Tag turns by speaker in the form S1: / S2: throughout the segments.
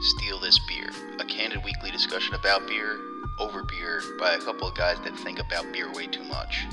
S1: Steal This Beer, a candid weekly discussion about beer, over beer, by a couple of guys that think about beer way too much.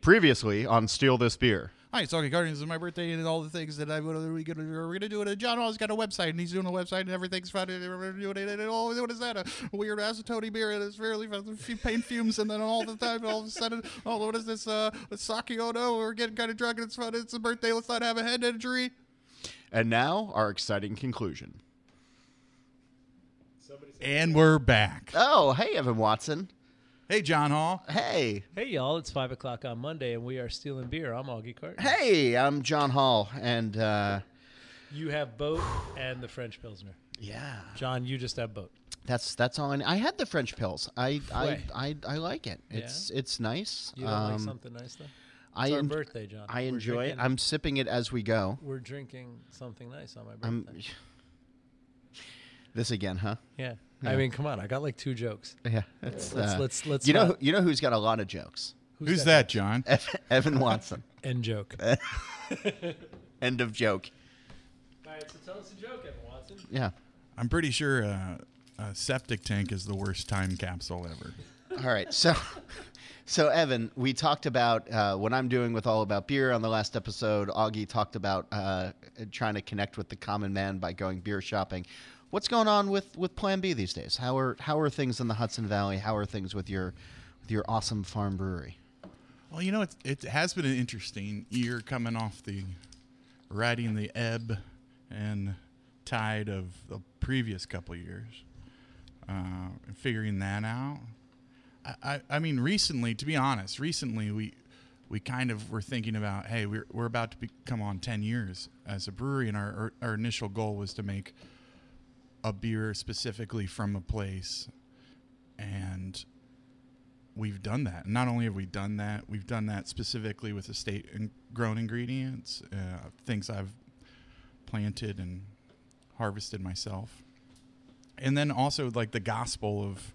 S2: Previously on Steal This Beer.
S3: Hi, it's Donkey Guardians. It's my birthday and all the things that I what are we gonna do? We're gonna do it. John Hall's got a website and he's doing a website and everything's fine. and We're doing it. And all what is that? A weird acetone beer and it's fairly a few pain fumes and then all the time all of a sudden oh what is this? Uh, sake? Oh no, we're getting kind of drunk and it's fun. It's a birthday. Let's not have a head injury.
S2: And now, our exciting conclusion.
S3: And we're back.
S2: Oh, hey, Evan Watson.
S3: Hey, John Hall.
S2: Hey.
S4: Hey, y'all, it's 5 o'clock on Monday, and we are stealing beer. I'm Augie Carton.
S2: Hey, I'm John Hall. And, uh,
S4: You have boat and the French Pilsner.
S2: yeah,
S4: John, you just have boat.
S2: that's that's all. I, I had the French pills. I I,
S4: Way.
S2: I, I like it. It's it's nice.
S4: You don't like
S2: Um,
S4: something nice, though? It's
S2: I
S4: our
S2: en-
S4: birthday, John.
S2: I
S4: We're
S2: enjoy it.
S4: drinking-
S2: I'm sipping it as we go.
S4: We're drinking something nice on my birthday.
S2: I'm this again, huh?
S4: yeah. I mean, come on. I got like two jokes.
S2: Yeah. It's, uh,
S4: Let's- let's- let's
S2: You know
S4: not-
S2: who- you know who's got a lot of jokes.
S3: Who's, that, John?
S2: Evan Watson.
S4: End joke.
S2: End of joke.
S4: All right, so tell us a joke, Evan Watson.
S2: Yeah.
S3: I'm pretty sure uh, a septic tank is the worst time capsule ever.
S2: All right, so so Evan, we talked about uh, what I'm doing with all about beer on the last episode. Augie talked about uh, trying to connect with the common man by going beer shopping. What's going on with with Plan B these days? How are how are things in the Hudson Valley? How are things with your with your awesome farm brewery?
S3: Well, you know, it, it has been an interesting year coming off the riding the ebb and tide of the previous couple years uh, and figuring that out. I, I, I mean, recently, to be honest, recently we we kind of were thinking about, hey, we're, we're about to be, come on 10 years as a brewery, and our, our, our initial goal was to make a beer specifically from a place. And we've done that. Not only have we done that, we've done that specifically with estate and grown ingredients, uh, things I've planted and harvested myself, and then also like the gospel of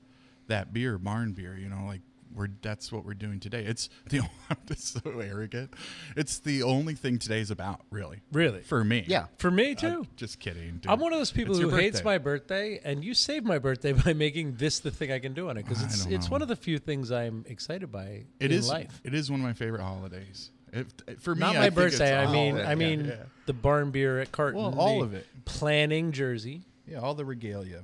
S3: that beer, barn beer. You know, like we're that's what we're doing today. It's the it's so arrogant. It's the only thing today's about, really.
S4: Really?
S3: for me.
S2: Yeah.
S4: For me,
S3: I'm
S4: too.
S3: just kidding. dude.
S4: Uh, I'm one of those people
S3: It's
S4: who
S3: your
S4: hates
S3: birthday.
S4: my birthday, and you saved my birthday by making this the thing I can do on it because
S3: I
S4: it's
S3: don't
S4: it's
S3: know.
S4: one of the few things I'm excited by in
S3: It is-
S4: life.
S3: It is one of my favorite holidays. If for me,
S4: Not my
S3: I think it's
S4: birthday. I
S3: all
S4: mean,
S3: of it.
S4: I
S3: Yeah,
S4: mean
S3: yeah.
S4: the barn beer at Carton.
S3: Well, all
S4: the
S3: of it.
S4: Planning Jersey.
S3: Yeah, all the regalia.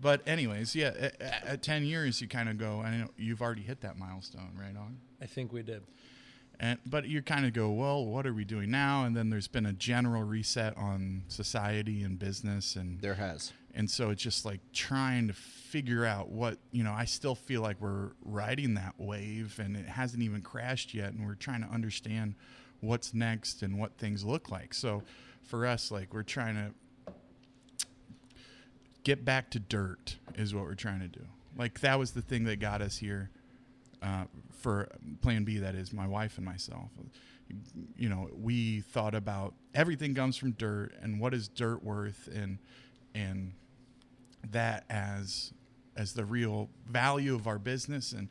S3: But anyways, yeah, at, at- at ten years you kind of go. I know you've already hit that milestone, right on.
S4: I think we did.
S3: And but you kind of go, well, what are we doing now? And then there's been a general reset on society and business, and
S2: There has.
S3: and so it's just like trying to figure out what you know. I still feel like we're riding that wave, and it hasn't even crashed yet, and we're trying to understand what's next and what things look like. So for us, like we're trying to get back to dirt is what we're trying to do. Like that was the thing that got us here uh, for Plan B. That is my wife and myself. You know, we thought about everything comes from dirt, and what is dirt worth, and and that as as the real value of our business and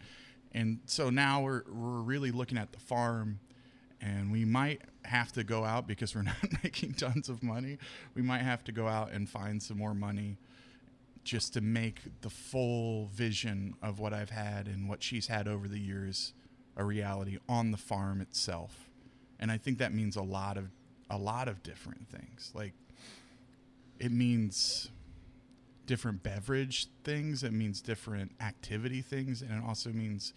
S3: and so now we're we're really looking at the farm and we might have to go out because we're not making tons of money we might have to go out and find some more money just to make the full vision of what I've had and what she's had over the years a reality on the farm itself and I think that means a lot of a lot of different things like it means different beverage things it means different activity things and it also means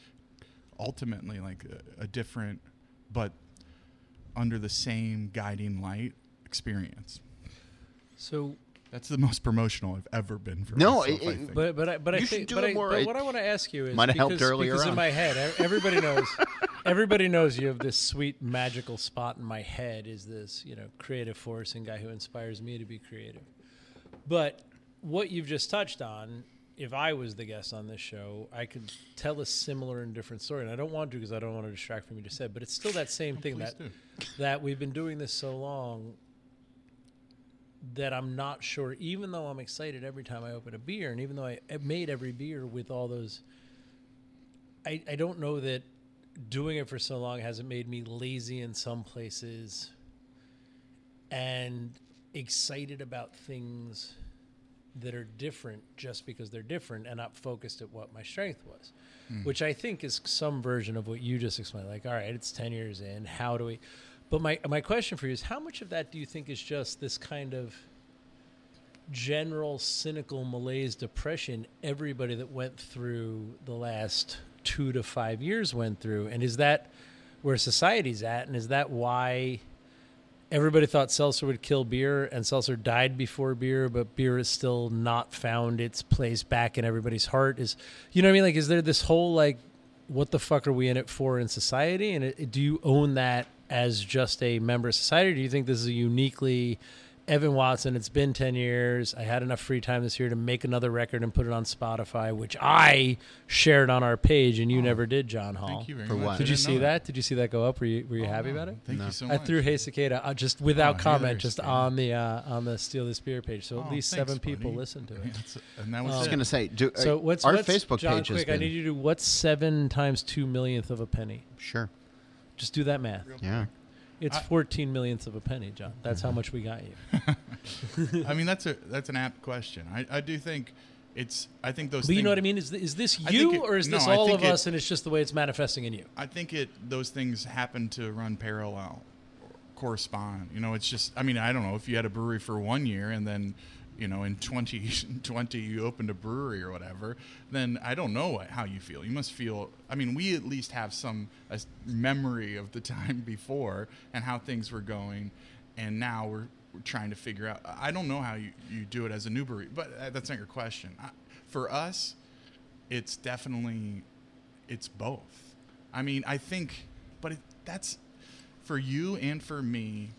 S3: ultimately like a, a different, but under the same guiding light experience.
S5: So,
S3: That's the most promotional I've ever been for
S2: No,
S3: myself,
S2: it-
S3: I
S2: it-
S3: think.
S5: but but I, but I
S2: You should
S5: think
S2: do
S5: but,
S2: it
S5: I,
S2: more.
S5: but
S2: It
S5: what I want to ask you is
S2: might have helped
S5: because,
S2: earlier
S5: because in
S2: on.
S5: my head e- everybody knows everybody knows you have this sweet magical spot in my head is this you know creative force and guy who inspires me to be creative. But what you've just touched on, if I was the guest on this show, I could tell a similar and different story, and I don't want to because I don't want to distract from what you just said. But it's still that same thing
S3: please
S5: that that we've been doing this so long that I'm not sure. Even though I'm excited every time I open a beer, and even though I I made every beer with all those, I, I don't know that doing it for so long hasn't made me lazy in some places and excited about things that are different just because they're different and not focused at what my strength was, which I think is some version of what you just explained. Like, all right, it's 10 years in. How do we? But my, my question for you is how much of that do you think is just this kind of general cynical malaise depression everybody that went through the last two to five years went through? And is that where society's at? And is that why? Everybody thought seltzer would kill beer, and seltzer died before beer, but beer is still not found its place back in everybody's heart. Is you know what I mean? Like, is there this whole like, what the fuck are we in it for in society? And it, do you own that as just a member of society? Or do you think this is a uniquely Evan Watson? It's been ten years. I had enough free time this year to make another record and put it on Spotify, which I shared on our page, and you never did, John Hall.
S3: Oh. Thank you very
S2: For
S3: much.
S2: what?
S3: I
S5: Did you
S3: didn't
S5: see
S3: know
S5: that? Did you see that go up? Were you were you happy
S3: Oh,
S5: about it?
S3: Thank you so
S5: I
S3: much.
S5: threw Hey Cicada uh, just without
S3: Oh,
S5: comment,
S3: here's
S5: just
S3: Cicada.
S5: on the uh, on the Steal This Beer page. So
S3: Oh,
S5: at least
S3: thanks,
S5: seven people
S3: buddy.
S5: listened to
S3: Yeah,
S5: it.
S3: that's- and that was
S2: I was
S3: it.
S2: going to say, do, uh,
S5: So what's
S2: our
S5: what's,
S2: Facebook
S5: John,
S2: page
S5: Quick,
S2: has
S5: I
S2: been
S5: need you to do what's seven times two millionth of a penny.
S2: sure.
S5: Just do that math.
S2: Yeah.
S5: It's
S3: I- Mm-hmm.
S5: fourteen millionths of a penny, John. That's how much we got you.
S3: I mean, that's a that's an apt question. I, I do think it's. I think those.
S5: But you
S3: things-
S5: know what I mean? Is th- is this
S3: I think
S5: you
S3: it-
S5: or is
S3: no,
S5: this
S3: I
S5: all
S3: think
S5: of
S3: it-
S5: us? And it's just the way it's manifesting in you.
S3: I think it those things happen to run parallel, or correspond. You know, it's just. I mean, I don't know if you had a brewery for one year and then, you know, in 2020 you opened a brewery or whatever. Then I don't know what, how you feel. You must feel. I mean, we at least have some a s- memory of the time before and how things were going, and now we're. we're Trying to figure out. I I don't know how you, you do it as a new brewery, but uh, that's not your question. I, for us, it's definitely it's both. I mean, I think, but it, that's for you and for me.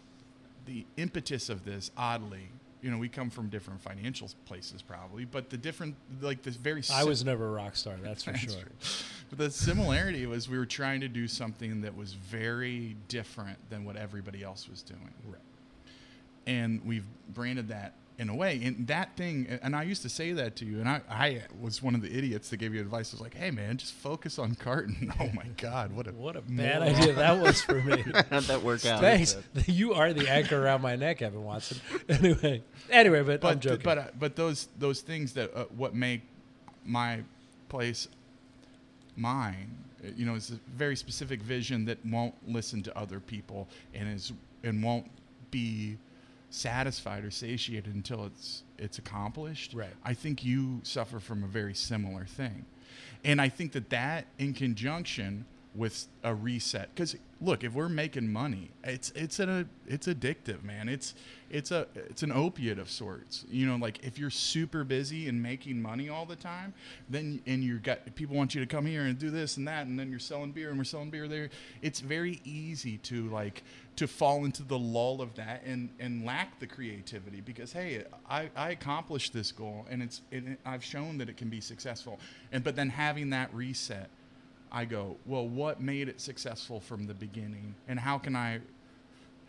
S3: The impetus of this, oddly, you know, we come from different financial places, probably, but the different, like this very.
S5: I
S3: sim-
S5: was never a rock star, that's for
S3: That's
S5: sure.
S3: But the similarity was we were trying to do something that was very different than what everybody else was doing. And we've branded that in a way. And that thing, and I used to say that to you, and I, I was one of the idiots that gave you advice. I was like, hey, man, just focus on carton. Oh my God, what a.
S5: What a
S3: moron.
S5: bad idea that was for me.
S2: How'd that work out?
S5: Thanks. You are the anchor around my neck, Evan Watson. Anyway, anyway, but, I'm
S3: but
S5: joking.
S3: but uh, but those those things that uh, what make my place mine uh, you know is a very specific vision that won't listen to other people and is and won't be satisfied or satiated until it's it's accomplished
S5: Right.
S3: i think you suffer from a very similar thing and i think that that in conjunction with a reset because look if we're making money it's it's an it's addictive man it's it's a it's an opiate of sorts you know like if you're super busy and making money all the time then and you got people want you to come here and do this and that and then you're selling beer and we're selling beer there it's very easy to like to fall into the lull of that and and lack the creativity because hey i i accomplished this goal and it's and i've shown that it can be successful and but then having that reset I go, well, what made it successful from the beginning, and how can I,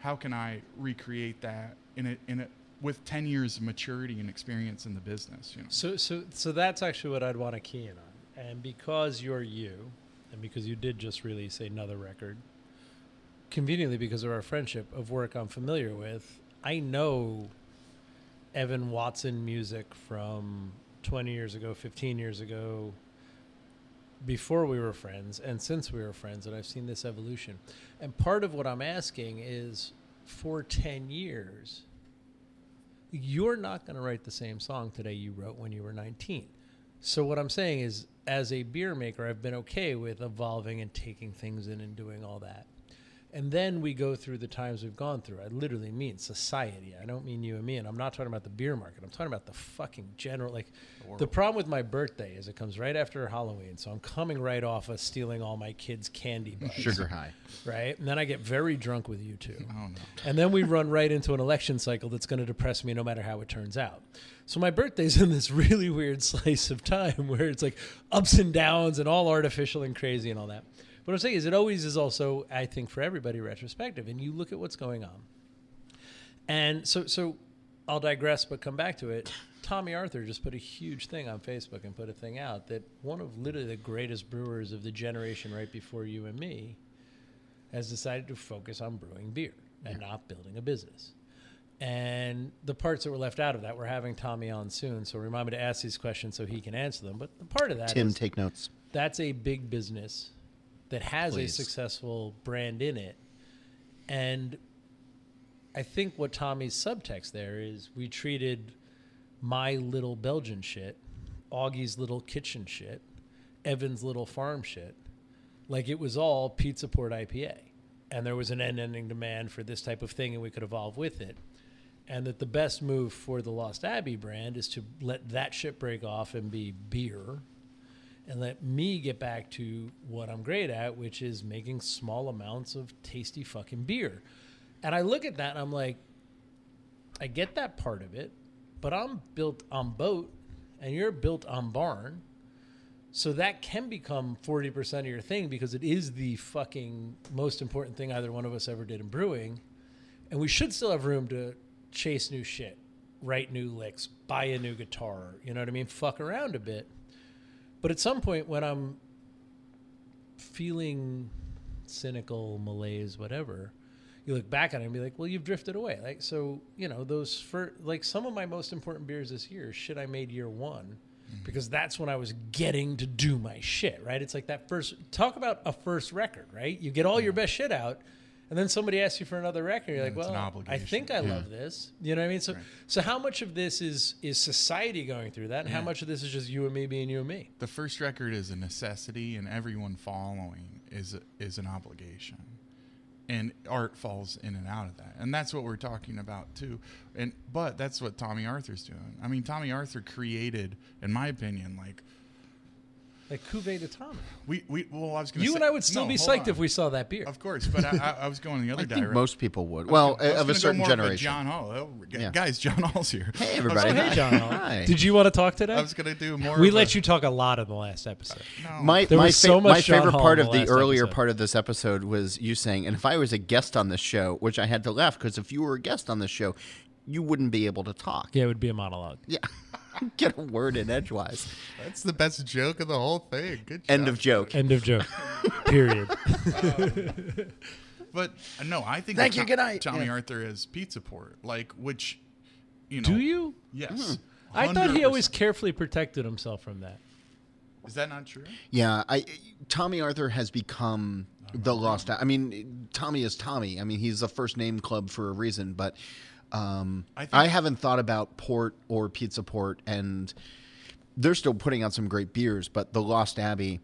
S3: how can I recreate that in a, in a, with ten years of maturity and experience in the business? You know,
S5: So, so, so that's actually what I'd want to key in on. And because you're you, and because you did just release another record, conveniently because of our friendship of work I'm familiar with, I know Evan Watson music from 20 years ago, 15 years ago, before we were friends, and since we were friends, and I've seen this evolution. And part of what I'm asking is for 10 years, you're not going to write the same song today you wrote when you were 19. So what I'm saying is as a beer maker, I've been okay with evolving and taking things in and doing all that. And then we go through the times we've gone through. I literally mean society. I don't mean you and me. And I'm not talking about the beer market. I'm talking about the fucking general. Like, the problem with my birthday is it comes right after Halloween. So I'm coming right off of stealing all my kids' candy bars.
S2: Sugar high.
S5: Right? And then I get very drunk with you two.
S3: Oh no.
S5: And then we run right into an election cycle that's going to depress me no matter how it turns out. So my birthday's in this really weird slice of time where it's like ups and downs and all artificial and crazy and all that. But what I'm saying is, it always is also, I think, for everybody retrospective. And you look at what's going on. And so, so I'll digress, but come back to it. Tommy Arthur just put a huge thing on Facebook and put a thing out that one of literally the greatest brewers of the generation right before you and me has decided to focus on brewing beer and not building a business. And the parts that were left out of that, we're having Tommy on soon, so remind me to ask these questions so he can answer them. But the part of that
S2: Tim,
S5: is-
S2: take notes.
S5: that's a big business that has
S2: Please.
S5: a successful brand in it. And I think what Tommy's subtext there is we treated my little Belgian shit, Augie's little kitchen shit, Evan's little farm shit, like it was all Pizza Port IPA. And there was an end ending demand for this type of thing, and we could evolve with it. And that the best move for the Lost Abbey brand is to let that shit break off and be beer and let me get back to what I'm great at, which is making small amounts of tasty fucking beer. And I look at that and I'm like, I get that part of it, but I'm built on boat and you're built on barn. So that can become 40% of your thing because it is the fucking most important thing either one of us ever did in brewing. And we should still have room to chase new shit, write new licks, buy a new guitar, you know what I mean? Fuck around a bit. But at some point, when I'm feeling cynical, malaise, whatever, you look back at it and be like, well, you've drifted away. Like, so, you know, those for like some of my most important beers this year, is shit I made year one,
S3: Mm-hmm.
S5: because that's when I was getting to do my shit, right? It's like that first, talk about a first record, right? You get all your best shit out. And then somebody asks you for another record, you're like,
S3: it's an
S5: "Well, I
S3: obligation."
S5: think I love this." You know what I mean? So, so how much of this is is society going through that, and how much of this is just you and me being you and me?
S3: The first record is a necessity, and everyone following is is an obligation, and art falls in and out of that, and that's what we're talking about too. And but that's what Tommy Arthur's doing. I mean, Tommy Arthur created, in my opinion, like
S5: Like Cuvée de Tommy.
S3: we we well, I was gonna
S5: You
S3: say-
S5: and I would still
S3: No,
S5: be
S3: hold
S5: psyched
S3: on.
S5: if we saw that beer.
S3: Of course, but I, I, I was going the other
S2: I think
S3: direction.
S2: most people would. Well, uh, of
S3: I was gonna
S2: a
S3: go
S2: certain
S3: more of a
S2: generation.
S3: John Hall. Oh, g-
S2: Yeah.
S3: Guys, John Hall's here.
S2: Hey, everybody.
S5: Oh, hey,
S2: Hi.
S5: John.
S2: Hi.
S5: Did you want to talk today?
S3: I was gonna do more.
S5: we
S3: of
S5: let
S3: a-
S5: you talk a lot in the last episode.
S2: My
S5: There
S2: my,
S5: was so
S2: fa-
S5: much
S2: my
S5: John
S2: favorite
S5: Hall
S2: part
S5: in
S2: of
S5: the
S2: the,
S5: last
S2: earlier
S5: episode.
S2: part of this episode was you saying, and if I was a guest on this show, which I had to laugh because if you were a guest on this show, you wouldn't be able to talk.
S5: Yeah, it would be a monologue.
S2: Yeah. Get a word in edgewise.
S3: That's the best joke of the whole thing. Good
S2: End
S3: job.
S2: of joke.
S5: End of joke. Period.
S3: But uh, no, I think
S2: Thank
S3: that
S2: you,
S3: Tom-
S2: good night.
S3: Tommy
S2: Yeah.
S3: Arthur is pizza port, like which, you know.
S5: Do you?
S3: Yes.
S2: Hmm.
S5: I thought he always
S3: 100%.
S5: carefully protected himself from that.
S3: Is that not true?
S2: Yeah, I Tommy Arthur has become the lost. I mean, Tommy is Tommy. I mean, he's the first name club for a reason. But um,
S3: I
S2: I,
S3: think-
S2: haven't thought about port or pizza port, and they're still putting out some great beers. But the Lost Abbey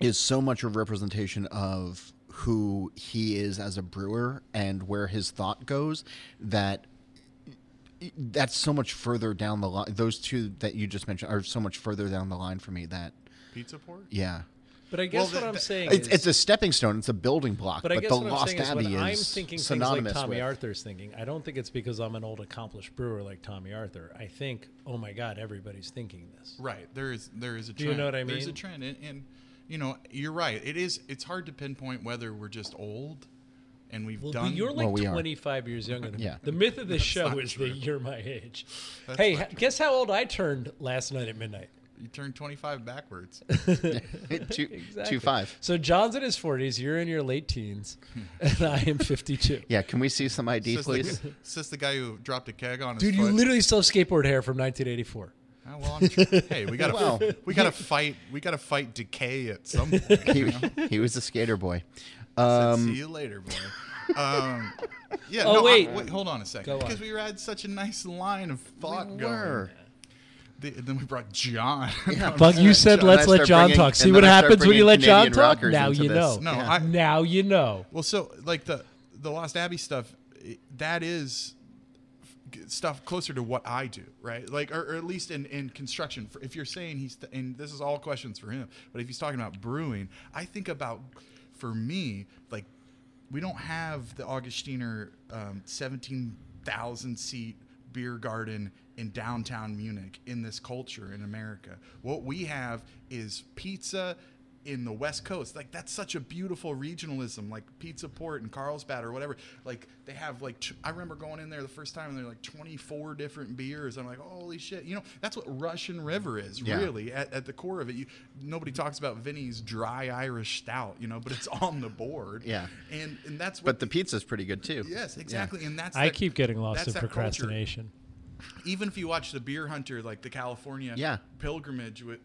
S2: is so much a representation of who he is as a brewer and where his thought goes that that's so much further down the line. Those two that you just mentioned are so much further down the line for me that
S3: Pizza port.
S2: yeah.
S5: But I
S3: Well,
S5: guess what
S3: the-
S5: I'm
S3: the-
S5: saying
S2: It's,
S5: is,
S2: it's a stepping stone. It's a building block.
S5: but
S2: But,
S5: I guess
S2: the
S5: what I'm
S2: Lost
S5: saying is
S2: Abbey
S5: when
S2: is
S5: I'm thinking things like
S2: synonymous
S5: Tommy
S2: with.
S5: Arthur's thinking, I don't think it's because I'm an old accomplished brewer like Tommy Arthur. I think, oh my God, everybody's thinking this.
S3: Right. There is there is a trend.
S5: you know what I
S3: There's a
S5: mean?
S3: trend, and, and you know you're right. It is. It's hard to pinpoint whether we're just old, and we've
S5: Well,
S3: done.
S5: you're like
S2: Well, we are.
S5: 25 years younger than me.
S2: Yeah.
S5: The myth of this show
S3: not
S5: is
S3: true.
S5: that you're my age. hey,
S3: not
S5: h- guess how old I turned last night at midnight?
S3: you turned 25 backwards.
S2: two, two five.
S5: So John's in his 40s, you're in your late teens,
S2: Hmm.
S5: and I am 52.
S2: Yeah. Can we see some ID,
S3: Says the-
S2: please?
S3: says the guy who dropped a keg on his
S5: Dude, you
S3: foot.
S5: literally still have skateboard hair from 1984.
S3: Ah, well, I'm tr- hey, we gotta
S2: Wow.
S3: we gotta fight we gotta fight decay at some point. you
S2: he,
S3: know?
S2: he was a skater boy.
S3: Said,
S2: Um,
S3: See you later, boy. Um, yeah.
S5: Oh,
S3: no, I-
S5: wait.
S3: wait. Hold on a second,
S5: Go on.
S3: because we had such a nice line of thought
S2: We
S3: going.
S2: were.
S3: the, and then we brought John.
S2: Yeah.
S3: No,
S2: But
S5: But you said
S2: John,
S5: let's
S2: I
S5: let
S2: start
S5: John
S2: bringing-
S5: talk. See
S2: and
S5: what
S2: then I start
S5: happens when you let
S2: bringing
S5: John
S2: Canadian
S5: talk.
S2: rockers
S5: Now
S2: into
S5: you
S2: this.
S5: know.
S3: No,
S2: Yeah.
S3: I,
S5: Now you know.
S3: Well, so like the the Lost Abbey stuff, it- that is f- stuff closer to what I do, right? Like, or, or at least in in construction. For, if you're saying he's, and this is all questions for him, but if he's talking about brewing, I think about for me like we don't have the Augustiner um, seventeen thousand seat beer garden in downtown Munich in this culture in America. What we have is pizza in the West Coast. Like that's such a beautiful regionalism, like Pizza Port and Carlsbad or whatever. Like they have like t- I remember going in there the first time and there are like 24 different beers. I'm like, holy shit! You know that's what Russian River is
S2: Yeah.
S3: really at, at the core of it. You, nobody talks about Vinny's dry Irish stout, you know, but it's on the board.
S2: Yeah.
S3: and and that's what
S2: But the pizza's pretty good too.
S3: yes exactly. And that's
S5: I
S3: their-
S5: keep getting lost
S3: that's
S5: in
S3: that culture
S5: procrastination.
S3: even if you watch the beer hunter like the california
S2: Yeah.
S3: pilgrimage with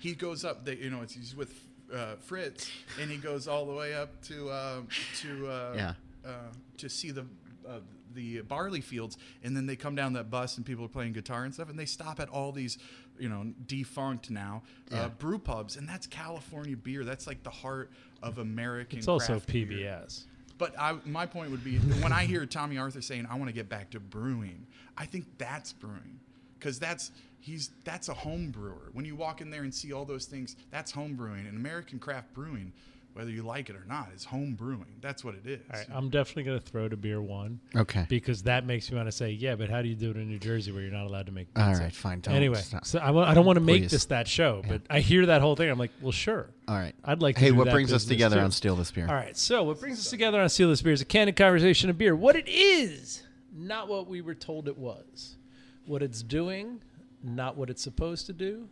S3: he goes up they, you know it's, he's with uh, fritz and he goes all the way up to um to uh,
S2: Yeah.
S3: uh, to see the uh, the barley fields and then they come down that bus and people are playing guitar and stuff and they stop at all these you know defunct now uh, brew pubs and that's california beer that's like the heart of american
S5: It's also
S3: craft beer.
S5: PBS.
S3: But I, my point would be when I hear Tommy Arthur saying, "I want to get back to brewing," I think that's brewing, because that's he's that's a home brewer. When you walk in there and see all those things, that's home brewing. And American craft brewing, whether you like it or not, is home brewing. That's what it is.
S5: All right, I'm definitely going to throw to beer one
S6: Okay.
S5: because that makes me want to say, yeah, but how do you do it in New Jersey where you're not allowed to make pizza?
S6: All right, fine. Don't
S5: anyway,
S6: stop.
S5: so I, wa- I don't want to make
S6: Please.
S5: this that show, but I hear that whole thing. I'm like, well, sure.
S6: All right.
S5: I'd like to
S6: Hey,
S5: do
S6: what
S5: that
S6: brings us
S5: business
S6: together
S5: too.
S6: on Steal This Beer?
S5: All right, so what brings us together on Seal This Beer is a candid conversation of beer. What it is, not what we were told it was. What it's doing, not what it's supposed to do.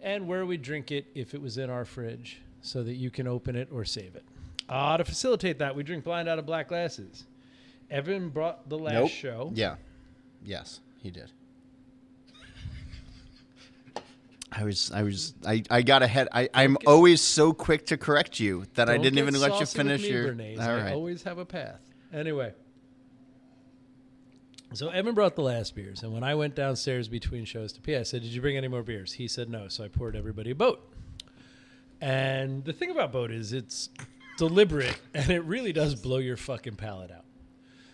S5: And where we drink it if it was in our fridge so that you can open it or save it. Uh, to facilitate that, we drink blind out of black glasses. Evan brought the last
S2: Nope.
S5: show.
S2: Yeah. Yes, he did. I was, I was, I, I got ahead. I, I'm always so quick to correct you that I
S5: Don't
S2: didn't
S5: get
S2: even let you
S5: saucy with
S2: finish
S5: me,
S2: your.
S5: Bernays.
S2: All
S5: I
S2: right.
S5: always have a path. Anyway. So Evan brought the last beers, and when I went downstairs between shows to pee, I said, "Did you bring any more beers?" He said, "No." So I poured everybody a boat. And the thing about boat is it's deliberate, and it really does blow your fucking palate out.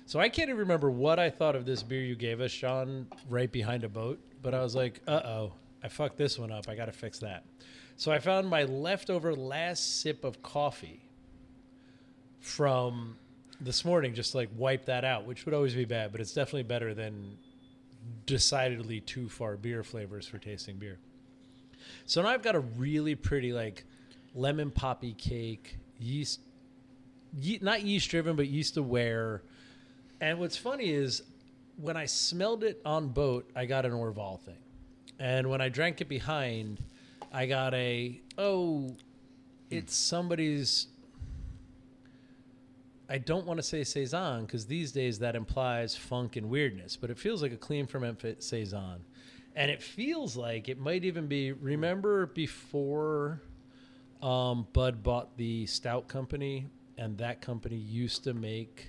S5: So I can't even remember what I thought of this beer you gave us, Sean, right behind a boat. But I was like, uh oh, I fucked this one up. I got to fix that. So I found my leftover last sip of coffee from this morning, just like wipe that out, which would always be bad, but it's definitely better than decidedly too far beer flavors for tasting beer. So now I've got a really pretty like lemon poppy cake, yeast, ye- not yeast driven, but yeast aware. And what's funny is when I smelled it on boat, I got an Orval thing. And when I drank it behind, I got a, oh, it's somebody's. I don't want to say Saison because these days that implies funk and weirdness, but it feels like a clean ferment fit Saison. And it feels like it might even be, remember before um, Bud bought the Stout Company, and that company used to make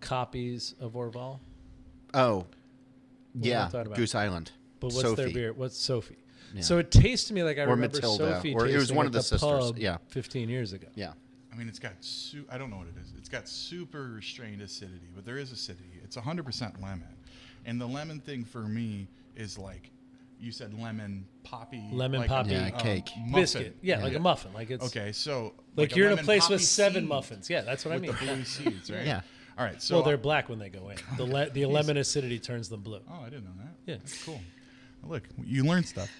S5: copies of Orval.
S2: Oh,
S5: am I
S2: yeah.
S5: talking about?
S2: Goose Island.
S5: But what's
S2: Sophie.
S5: their beer? What's Sophie? So it tastes to me like I
S2: Or
S5: remember
S2: Matilda,
S5: Sophie.
S2: or it was
S5: tasting
S2: one
S5: at
S2: of the sisters,
S5: pub
S2: yeah.
S5: 15 years ago.
S2: Yeah.
S3: I mean, it's got su- I don't know what it is. It's got super restrained acidity, but there is acidity. It's 100% lemon, and the lemon thing for me is like you said, lemon poppy,
S5: Lemon
S3: like a,
S5: poppy.
S2: Yeah, cake.
S3: muffin.
S5: Biscuit. Yeah, like a muffin. Like it's
S3: Okay, so
S5: Like, you're in a
S3: lemon
S5: place with
S3: poppy
S5: seven
S3: seed
S5: muffins. Yeah, that's what I
S3: with
S5: mean.
S3: the blue seeds, right?
S2: Yeah.
S3: All right. So
S5: Well, they're black when they go in. The le- the lemon acidity turns them blue.
S3: oh, I didn't know that.
S5: Yeah.
S3: That's cool. Look, you learn stuff.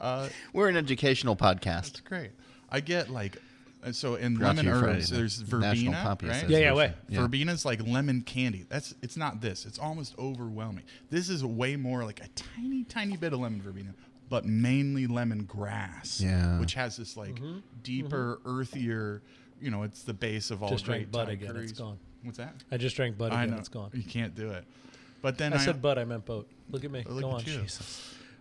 S3: Uh,
S2: We're an educational podcast.
S3: it's great. I get like, uh, so in
S2: Brought to
S3: lemon
S2: you Friday
S3: herbs,
S2: night.
S3: there's
S2: National
S3: verbena,
S2: Poppy
S3: right?
S2: Association.
S5: Yeah, yeah, wait.
S2: Yeah.
S3: Verbena's like lemon candy. That's it's not this. It's almost overwhelming. This is way more like a tiny, tiny bit of lemon verbena, but mainly lemon grass.
S6: Yeah.
S3: Which has this like
S5: Mm-hmm.
S3: deeper, earthier. You know, it's the base of all
S5: Just drank
S3: great
S5: Bud
S3: Thai
S5: again. It's
S3: curries.
S5: gone.
S3: What's that?
S5: I just drank Bud
S3: I
S5: again.
S3: know
S5: It's gone.
S3: You can't do it. But then
S5: I said Bud. I meant boat. Look at me.
S3: Look
S5: go
S3: at
S5: on.
S3: you.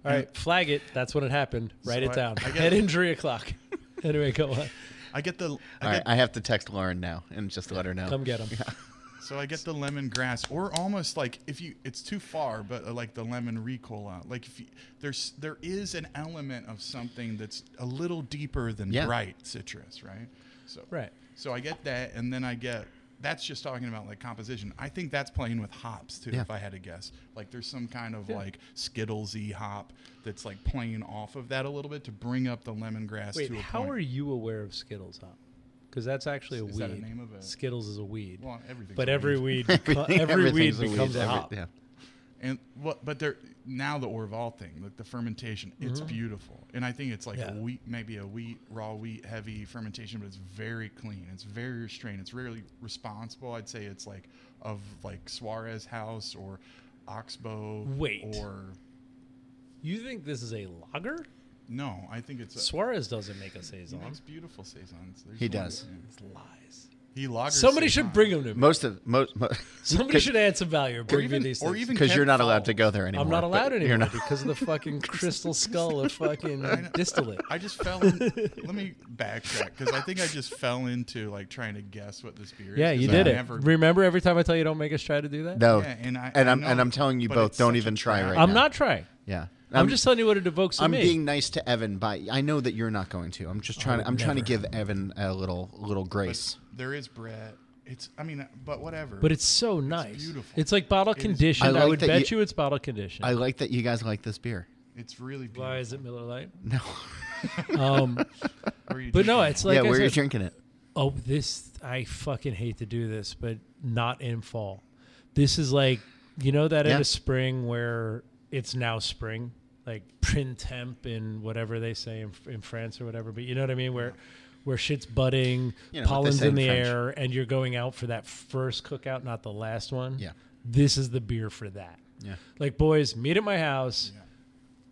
S5: All right, flag it. That's when it happened. Write
S3: So
S5: it
S3: I-
S5: down.
S3: I get-
S5: Head injury o'clock. anyway, go on.
S3: I get the. I
S2: All right.
S3: get,
S2: I have to text Lauren now and just let her know.
S5: Come get them.
S3: So I get the lemon grass, or almost like if you, it's too far, but uh, like the lemon ricola. Like if you, there's there is an element of something that's a little deeper than
S2: Yeah.
S3: bright citrus, right? So
S5: Right.
S3: So I get that, and then I get that's just talking about like composition. I think that's playing with hops too,
S2: Yeah.
S3: if I had to guess. Like there's some kind of like Skittlesy hop that's like playing off of that a little bit to bring up the lemongrass.
S5: Wait,
S3: to a
S5: how
S3: point.
S5: are you aware of Skittles hop? Because that's actually a
S3: Is
S5: weed.
S3: that a name of a-
S5: Skittles is a weed.
S3: Well, everything's
S5: but
S3: a
S5: every weed, beco-
S2: Everything-
S5: every weed
S2: everything's a
S5: becomes a
S2: every-
S5: hop.
S2: yeah.
S3: And what? But they're now the Orval thing, like the fermentation. It's beautiful, and I think it's like
S5: Mm-hmm. Yeah.
S3: a wheat, maybe a wheat raw wheat heavy fermentation, but it's very clean. It's very restrained. It's rarely responsible. I'd say it's like of like Suarez House or Oxbow.
S5: Wait.
S3: Or
S5: You think this is a lager?
S3: no, I think it's. A,
S5: Suarez doesn't make a
S3: he
S5: saison.
S3: makes beautiful saisons. There's
S2: He
S3: one-
S2: does.
S3: yeah.
S5: It's lies.
S3: He lagers.
S5: Somebody should
S3: saisons.
S5: bring them to me.
S2: Most of most
S5: Somebody should add some value or
S3: Or
S5: bring me
S3: even,
S5: these things.
S3: or even
S2: because you're
S3: Kent
S2: not allowed to
S3: Falls.
S2: go there anymore.
S5: I'm not
S2: but
S5: allowed
S2: You're
S5: anymore
S2: not.
S5: because of the fucking crystal skull of fucking distillate.
S3: I just fell. In, let me backtrack because I think I just fell into like trying to guess what this beer is.
S5: Yeah, you
S3: 'cause I
S5: did it.
S3: never-
S5: Remember every time I tell you don't make us try to do that?
S2: No,
S3: Yeah, and I-
S2: and
S3: I
S2: I'm and
S3: know,
S2: I'm telling you
S3: but
S2: both,
S3: it's
S2: don't
S3: such a
S2: even try
S3: trap.
S2: right
S5: I'm
S2: now.
S5: not trying.
S2: Yeah,
S5: I'm, just telling you what it evokes in
S2: I'm
S5: me.
S2: being nice to Evan by I know that you're not going to. I'm just trying to I'm trying to give Evan a little little grace.
S3: But there is Brett. It's. I mean, but whatever.
S5: but it's so nice.
S3: beautiful.
S5: It's like bottle
S3: It is-
S5: conditioned.
S2: I
S5: I,
S2: like
S5: would
S2: that
S5: bet
S2: you-
S5: you, it's bottle conditioned.
S2: I like that you guys like this beer.
S3: it's really beautiful.
S5: Why is it Miller Lite?
S2: No.
S5: Um,
S3: Where you
S5: but no,
S3: drinking
S5: it's like
S2: yeah,
S5: I
S2: where you
S5: said-
S2: drinking it?
S5: oh this I fucking hate to do this, but not in fall. This is like you know that
S2: Yeah.
S5: end of spring where it's now spring, like print temp and whatever they say in, in France or whatever. But you know what I mean, where where shit's budding,
S2: You know what they
S5: pollen's
S2: say
S5: in
S2: in
S5: the
S2: French.
S5: air, and you're going out for that first cookout, not the last one.
S2: Yeah.
S5: this is the beer for that.
S2: Yeah.
S5: Like boys, meet at my house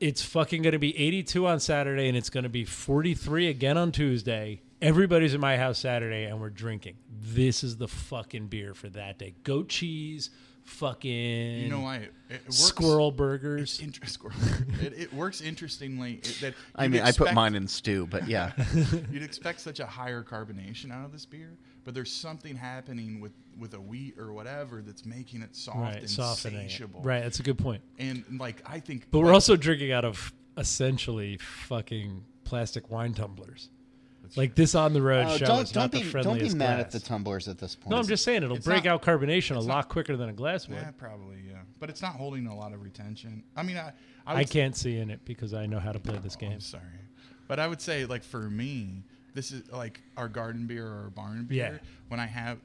S5: it's fucking going to be 82 on Saturday and it's going to be 43 again on Tuesday. Everybody's at my house Saturday and we're drinking. This is the fucking beer for that day. Goat cheese, fucking
S3: You know why it, it works?
S5: squirrel
S3: It's
S5: burgers.
S3: inter- squirrel. it, it works interestingly. It, that
S2: I
S3: you'd
S2: mean, I put
S3: expect-
S2: mine in stew, but yeah.
S3: You'd expect such a higher carbonation out of this beer, but there's something happening with with a wheat or whatever that's making it soft
S5: Right,
S3: and
S5: softening. It.
S3: satiable.
S5: Right, that's a good point.
S3: And like I think,
S5: But we're also drinking out of essentially fucking plastic wine tumblers. Like this on the road
S2: Oh,
S5: show
S2: don't
S5: is
S2: don't
S5: not
S2: be
S5: the
S2: don't
S5: friendliest
S2: be mad at
S5: glass.
S2: the tumblers at this point.
S5: No, I'm just saying it'll
S3: It's
S5: break
S3: not-
S5: out carbonation a
S3: it's
S5: lot
S3: not-
S5: quicker than a glass would.
S3: yeah, probably yeah. But it's not holding a lot of retention. I mean, I I,
S5: I
S3: would
S5: can't see in it because I know how to play this game.
S3: I'm sorry, but I would say like for me, this is like our garden beer or our barn beer.
S5: Yeah.
S3: When I have,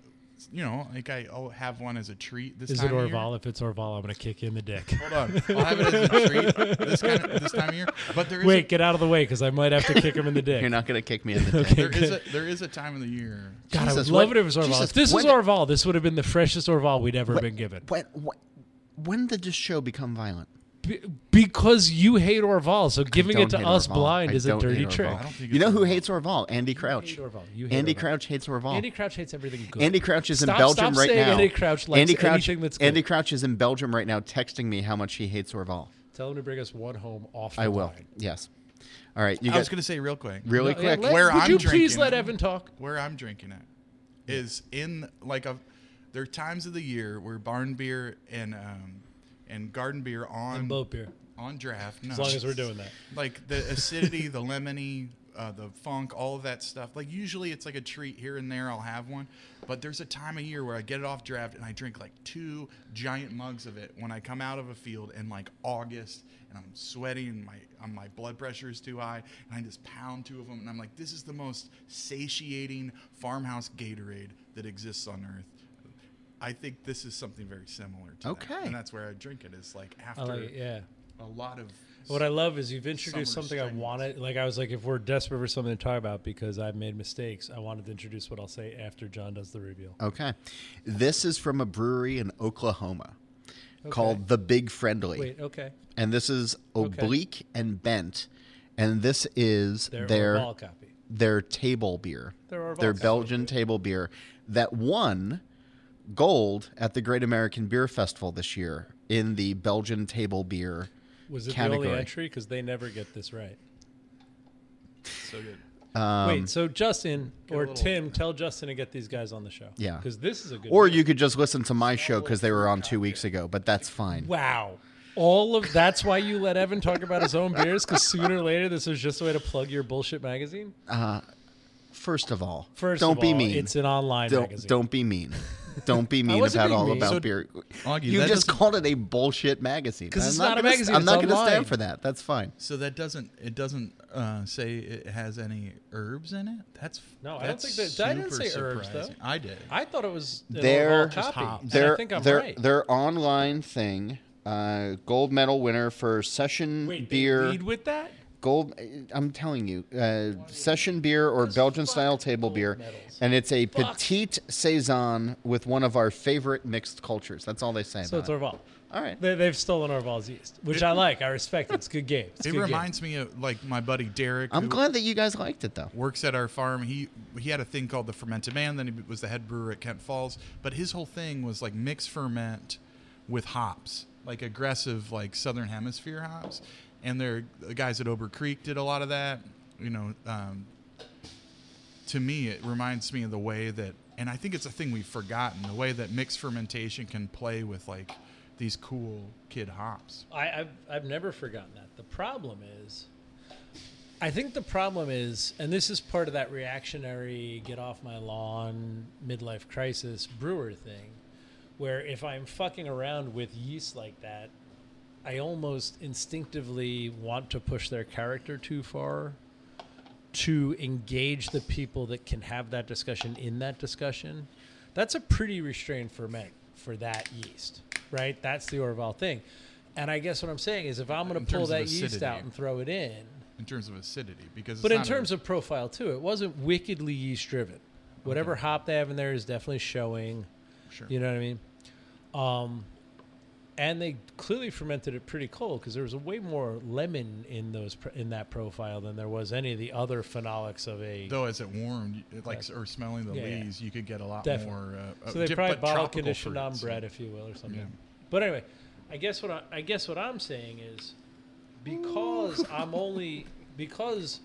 S3: you know, like I oh, have one as a treat. This
S5: Is it
S3: time of year.
S5: Orval? If it's Orval, I'm gonna kick you in the dick.
S3: Hold on, I'll have it as a treat this kind of this time of year. But there is
S5: Wait,
S3: a,
S5: get out of the way because I might have to kick him in the dick.
S2: You're not going to kick me in the dick.
S3: there is a there is a time of the year.
S5: God, I
S2: Jesus,
S5: would love
S2: when-
S5: it if it was Orval.
S2: Jesus,
S5: if this was
S2: when-
S5: Orval, this would have been the freshest Orval we'd ever been given.
S2: When, when, when did this show become violent?
S5: Be- because you hate Orval, so giving
S2: don't
S5: it to
S2: hate
S5: us
S2: Orval.
S5: blind
S2: I
S5: is a
S2: don't
S5: dirty
S2: hate Orval.
S5: trick.
S3: I don't think
S2: You
S3: it's
S2: know who
S3: Orval.
S2: hates Orval? Andy Crouch.
S5: hate Orval. You hate
S2: Andy
S5: Orval.
S2: Crouch hates Orval.
S5: Andy Crouch hates everything good.
S2: Andy Crouch is
S5: Stop-
S2: in Belgium
S5: stop
S2: right
S5: saying
S2: now.
S5: Andy Crouch likes
S2: Andy Crouch,
S5: anything that's
S2: Andy
S5: good.
S2: Crouch is in Belgium right now, texting me how much he hates Orval.
S5: Tell him to bring us one home off. The
S2: I will.
S5: line.
S2: Yes. All right. You
S3: I was
S2: guys
S3: gonna say real quick,
S2: really
S5: Yeah,
S2: quick.
S5: let-
S3: Where
S5: would
S3: I'm
S5: you please
S3: drinking
S5: let
S3: it.
S5: Evan talk?
S3: where I'm drinking it is in like a. There are times of the year where barn beer and um, and garden beer on
S5: And boat beer,
S3: on draft. No.
S5: as long as we're doing that.
S3: like the acidity, the lemony, uh, the funk, all of that stuff. Like usually it's like a treat here and there. I'll have one, but there's a time of year where I get it off draft and I drink like two giant mugs of it when I come out of a field in like August and I'm sweating and my um, my blood pressure is too high and I just pound two of them and I'm like, this is the most satiating farmhouse Gatorade that exists on earth. I think this is something very similar to that.
S2: Okay.
S3: and that's where I drink it. Is like after
S5: I like it. Yeah.
S3: a lot of
S5: What I love is you've introduced
S3: Summer
S5: something I
S3: strings.
S5: wanted. Like I was like, if we're desperate for something to talk about because I've made mistakes, I wanted to introduce what I'll say after John does the reveal.
S2: Okay. This is from a brewery in Oklahoma called The Big Friendly.
S5: Wait, okay.
S2: And this is oblique and bent. And this is
S5: Their,
S2: their
S5: Orval copy.
S2: their table beer.
S5: Their Orval
S2: their
S5: copy.
S2: Belgian table beer that won gold at the Great American Beer Festival this year in the Belgian table beer
S5: Was it the
S2: category.
S5: only entry? Because they never get this right.
S3: so good.
S2: Um,
S5: Wait, so Justin
S4: a
S5: or
S4: little-
S5: Tim, tell Justin to get these guys on the show.
S2: Yeah.
S5: Because this is a good.
S2: Or
S5: one.
S2: you could just listen to my show because they were on two weeks ago, but that's fine.
S5: Wow. All of that's why you let Evan talk about his own beers because sooner or later this is just a way to plug your bullshit magazine.
S2: First of all,
S5: First,
S2: Uh, don't
S5: of
S2: be
S5: all,
S2: mean.
S5: It's an online
S2: don't
S5: magazine.
S2: don't be mean. Don't be mean
S5: wasn't
S2: about
S5: being
S2: all
S5: mean.
S2: about
S3: So,
S2: beer.
S3: Augie,
S2: you
S3: that
S2: just
S3: doesn't-
S2: called it a bullshit magazine.
S5: 'Cause
S2: I'm
S5: it's
S2: not
S5: not a
S2: gonna st-
S5: magazine,
S2: I'm
S5: it's
S2: not gonna
S5: online.
S2: stand for that. That's fine.
S3: So that doesn't it doesn't uh, say it has any herbs in it. That's
S5: No, I don't
S3: that's
S5: think that- I didn't
S3: super
S5: say herbs, though.
S3: surprising. I did.
S5: I thought it was an
S2: Their
S5: overall copy. and
S2: their
S5: I think I'm
S2: their
S5: right.
S2: their online thing. Uh, gold medal winner for session
S5: Wait, they
S2: beer.
S5: lead with that?
S2: gold uh, i'm telling you uh, session beer or belgian style table beer
S5: medals.
S2: and it's a petite saison with one of our favorite mixed cultures that's all they say
S5: So it's
S2: about it.
S5: Orval.
S2: all right
S5: They, they've stolen Orval's yeast, which I like. I respect it. It's a good game. It's a
S3: It
S5: good game.
S3: reminds me of like my buddy Derek.
S2: i'm
S3: who
S2: glad that you guys liked it though
S3: Works at our farm. He he had a thing called the Fermented Man. Then he was the head brewer at Kent Falls. But his whole thing was like mix ferment with hops, like aggressive like Southern Hemisphere hops. And there, the guys at Ober Creek did a lot of that. You know, um, to me, it reminds me of the way that, and I think it's a thing we've forgotten, the way that mixed fermentation can play with like these cool kid hops.
S5: I, I've, I've never forgotten that. The problem is, I think the problem is, and this is part of that reactionary get off my lawn midlife crisis brewer thing, where if I'm fucking around with yeast like that, I almost instinctively want to push their character too far to engage the people that can have that discussion in that discussion. That's a pretty restrained ferment for that yeast, right? That's the Orval thing. And I guess what I'm saying is if I'm going
S3: In
S5: to pull
S3: terms of
S5: that yeast
S3: acidity.
S5: out and throw it in,
S3: In terms of acidity, because
S5: but in terms of profile too, it wasn't wickedly yeast driven. Whatever hop they have in there is definitely showing.
S3: Sure.
S5: You know what I mean? Um, and they clearly fermented it pretty cold because there was a way more lemon in those pr- in that profile than there was any of the other phenolics of a.
S3: Though as it warmed, it, like or smelling the
S5: Yeah, yeah.
S3: leaves, you could get a lot
S5: Definitely.
S3: more. Uh,
S5: so they
S3: dip-
S5: probably
S3: but
S5: bottle
S3: tropical
S5: conditioned on
S3: fruits.
S5: bread, if you will, or something.
S3: Yeah.
S5: But anyway, I guess what I, I guess what I'm saying is because I'm only because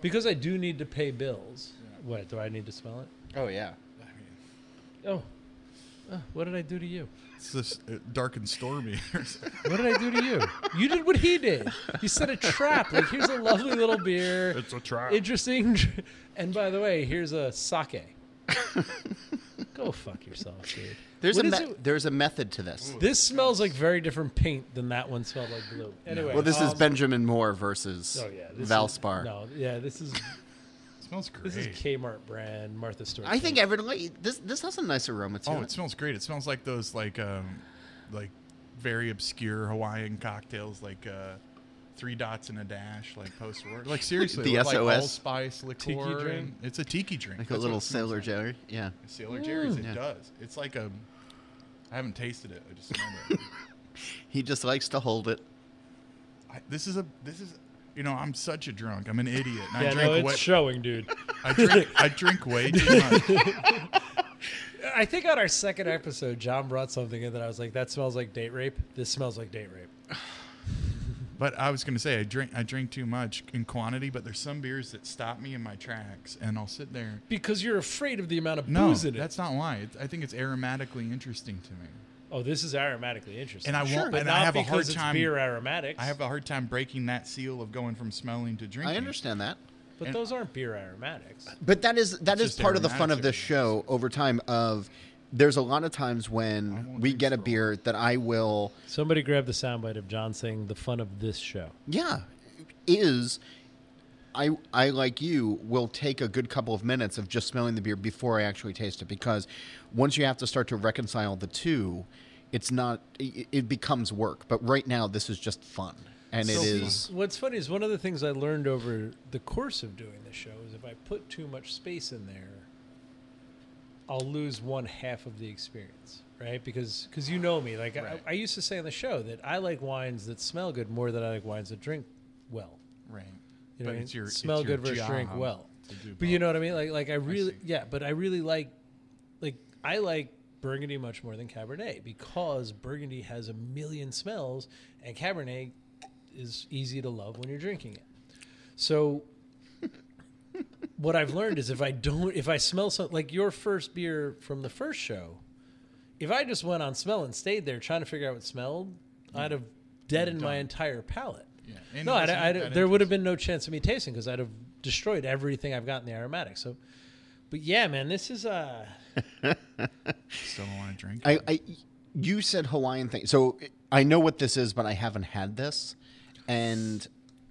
S5: because I do need to pay bills. What do I need to smell it?
S2: oh yeah
S5: Oh, Uh, what did I do to you?
S3: It's this uh, dark and stormy.
S5: What did I do to you? You did what he did. You set a trap. Like here's a lovely little beer.
S3: it's a trap.
S5: interesting. dr- And by the way, here's a sake. Go fuck yourself, dude.
S2: there's
S5: What
S2: a
S5: is
S2: me-
S5: it-
S2: there's a method to this
S5: This smells like very different paint than that one smelled like blue. Anyway,
S2: well this is
S5: um,
S2: benjamin moore versus
S5: Oh yeah, this
S2: valspar
S5: Is, no, yeah, this is
S3: It smells great.
S5: this is Kmart brand Martha Stewart.
S2: i think everyone li- this this has a nice aroma to
S3: oh,
S2: it,
S3: it smells great. It smells like those like um, like very obscure Hawaiian cocktails, like uh, three dots and a dash, like post war. Like seriously,
S2: The
S3: with, like
S2: SOS.
S3: allspice liquor.
S5: drink?
S3: and- It's a tiki drink.
S2: like a
S3: That's what
S2: little
S3: it smells
S2: sailor
S3: like.
S2: jerry Mm. yeah
S3: Sailor Jerry's. It
S2: Yeah.
S3: does. It's like a. I haven't tasted it. I just smelled it.
S2: he just likes to hold it
S3: I, this is a this is you know I'm such a drunk. I'm an idiot. And I
S5: yeah,
S3: drink
S5: no, it's
S3: way,
S5: showing, dude.
S3: I drink I drink way too much.
S5: I think on our second episode, John brought something in that I was like, "That smells like date rape." This smells like date rape.
S3: But I was gonna say I drink I drink too much in quantity. But there's some beers that stop me in my tracks, and I'll sit there.
S5: Because you're afraid of the amount of
S3: No,
S5: booze in it.
S3: that's not why. It's, I think it's aromatically interesting to me,
S5: oh, this is aromatically interesting.
S3: and I won't.
S5: but
S3: and
S5: not
S3: I have a
S5: because
S3: hard
S5: it's
S3: time.
S5: beer aromatics.
S3: I have a hard time breaking that seal of going from smelling to drinking.
S2: i understand that
S5: but those aren't beer aromatics.
S2: But that is that is
S3: just
S2: part of the fun of
S3: aromatic
S2: this show over time. Of there's a lot of times when
S3: won't
S2: we
S3: drink
S2: get a
S3: for a
S2: beer that I will,
S5: Somebody grab the soundbite of John saying the fun of this show.
S2: yeah, is I I like you will take a good couple of minutes of just smelling the beer before I actually taste it because once you have to start to reconcile the two, it's not it, it becomes work. But right now this is just fun and it is
S5: What's funny is one of the things I learned over the course of doing this show is if I put too much space in there, I'll lose one half of the experience, right? Because because you know me, like I, I used to say on the show that I like wines that smell good more than I like wines that drink well.
S3: Right.
S5: You know,
S3: but
S5: what I
S3: it's
S5: mean?
S3: your
S5: smell
S3: it's your
S5: good versus drink
S3: job
S5: well.
S3: to do
S5: But you
S3: both.
S5: know what I mean? Like like I really
S3: see.
S5: yeah, but I really like like I like Burgundy much more than Cabernet because Burgundy has a million smells and Cabernet is easy to love when you're drinking it. So what I've learned is if I don't, if I smell something like your first beer from the first show, if I just went on smell and stayed there trying to figure out what smelled,
S3: Mm.
S5: I'd have deadened my entire palate.
S3: Yeah. And it
S5: no, I'd,
S3: wasn't
S5: I'd,
S3: that
S5: there would have
S3: interesting.
S5: been no chance of me tasting because I'd have destroyed everything I've got in the aromatic. So, but yeah, man, this is uh
S3: Still don't want to drink.
S2: I, I you said Hawaiian thing, so I know what this is, but I haven't had this. And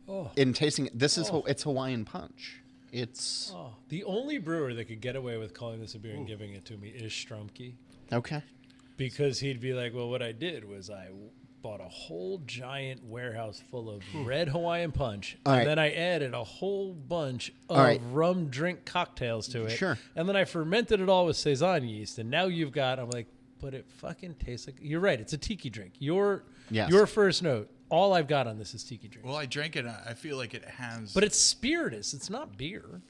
S5: Oh.
S2: in tasting, it, this is Ha- it's Hawaiian punch. It's
S5: oh, the only brewer that could get away with calling this a beer and giving it to me is Strumke.
S2: okay.
S5: because he'd be like, "Well, what I did was I bought a whole giant warehouse full of red Hawaiian punch,
S2: Hmm. All
S5: and
S2: right.
S5: then I added a whole bunch of
S2: All right.
S5: rum drink cocktails to it,
S2: Sure.
S5: and then I fermented it all with saison yeast, and now you've got." I'm like, "But it fucking tastes like you're right. It's a tiki drink. Your
S2: Yes.
S5: your first note. All I've got on this is tiki drink."
S3: well, I drank it. I I feel like it has,
S5: but it's spiritus. It's not beer.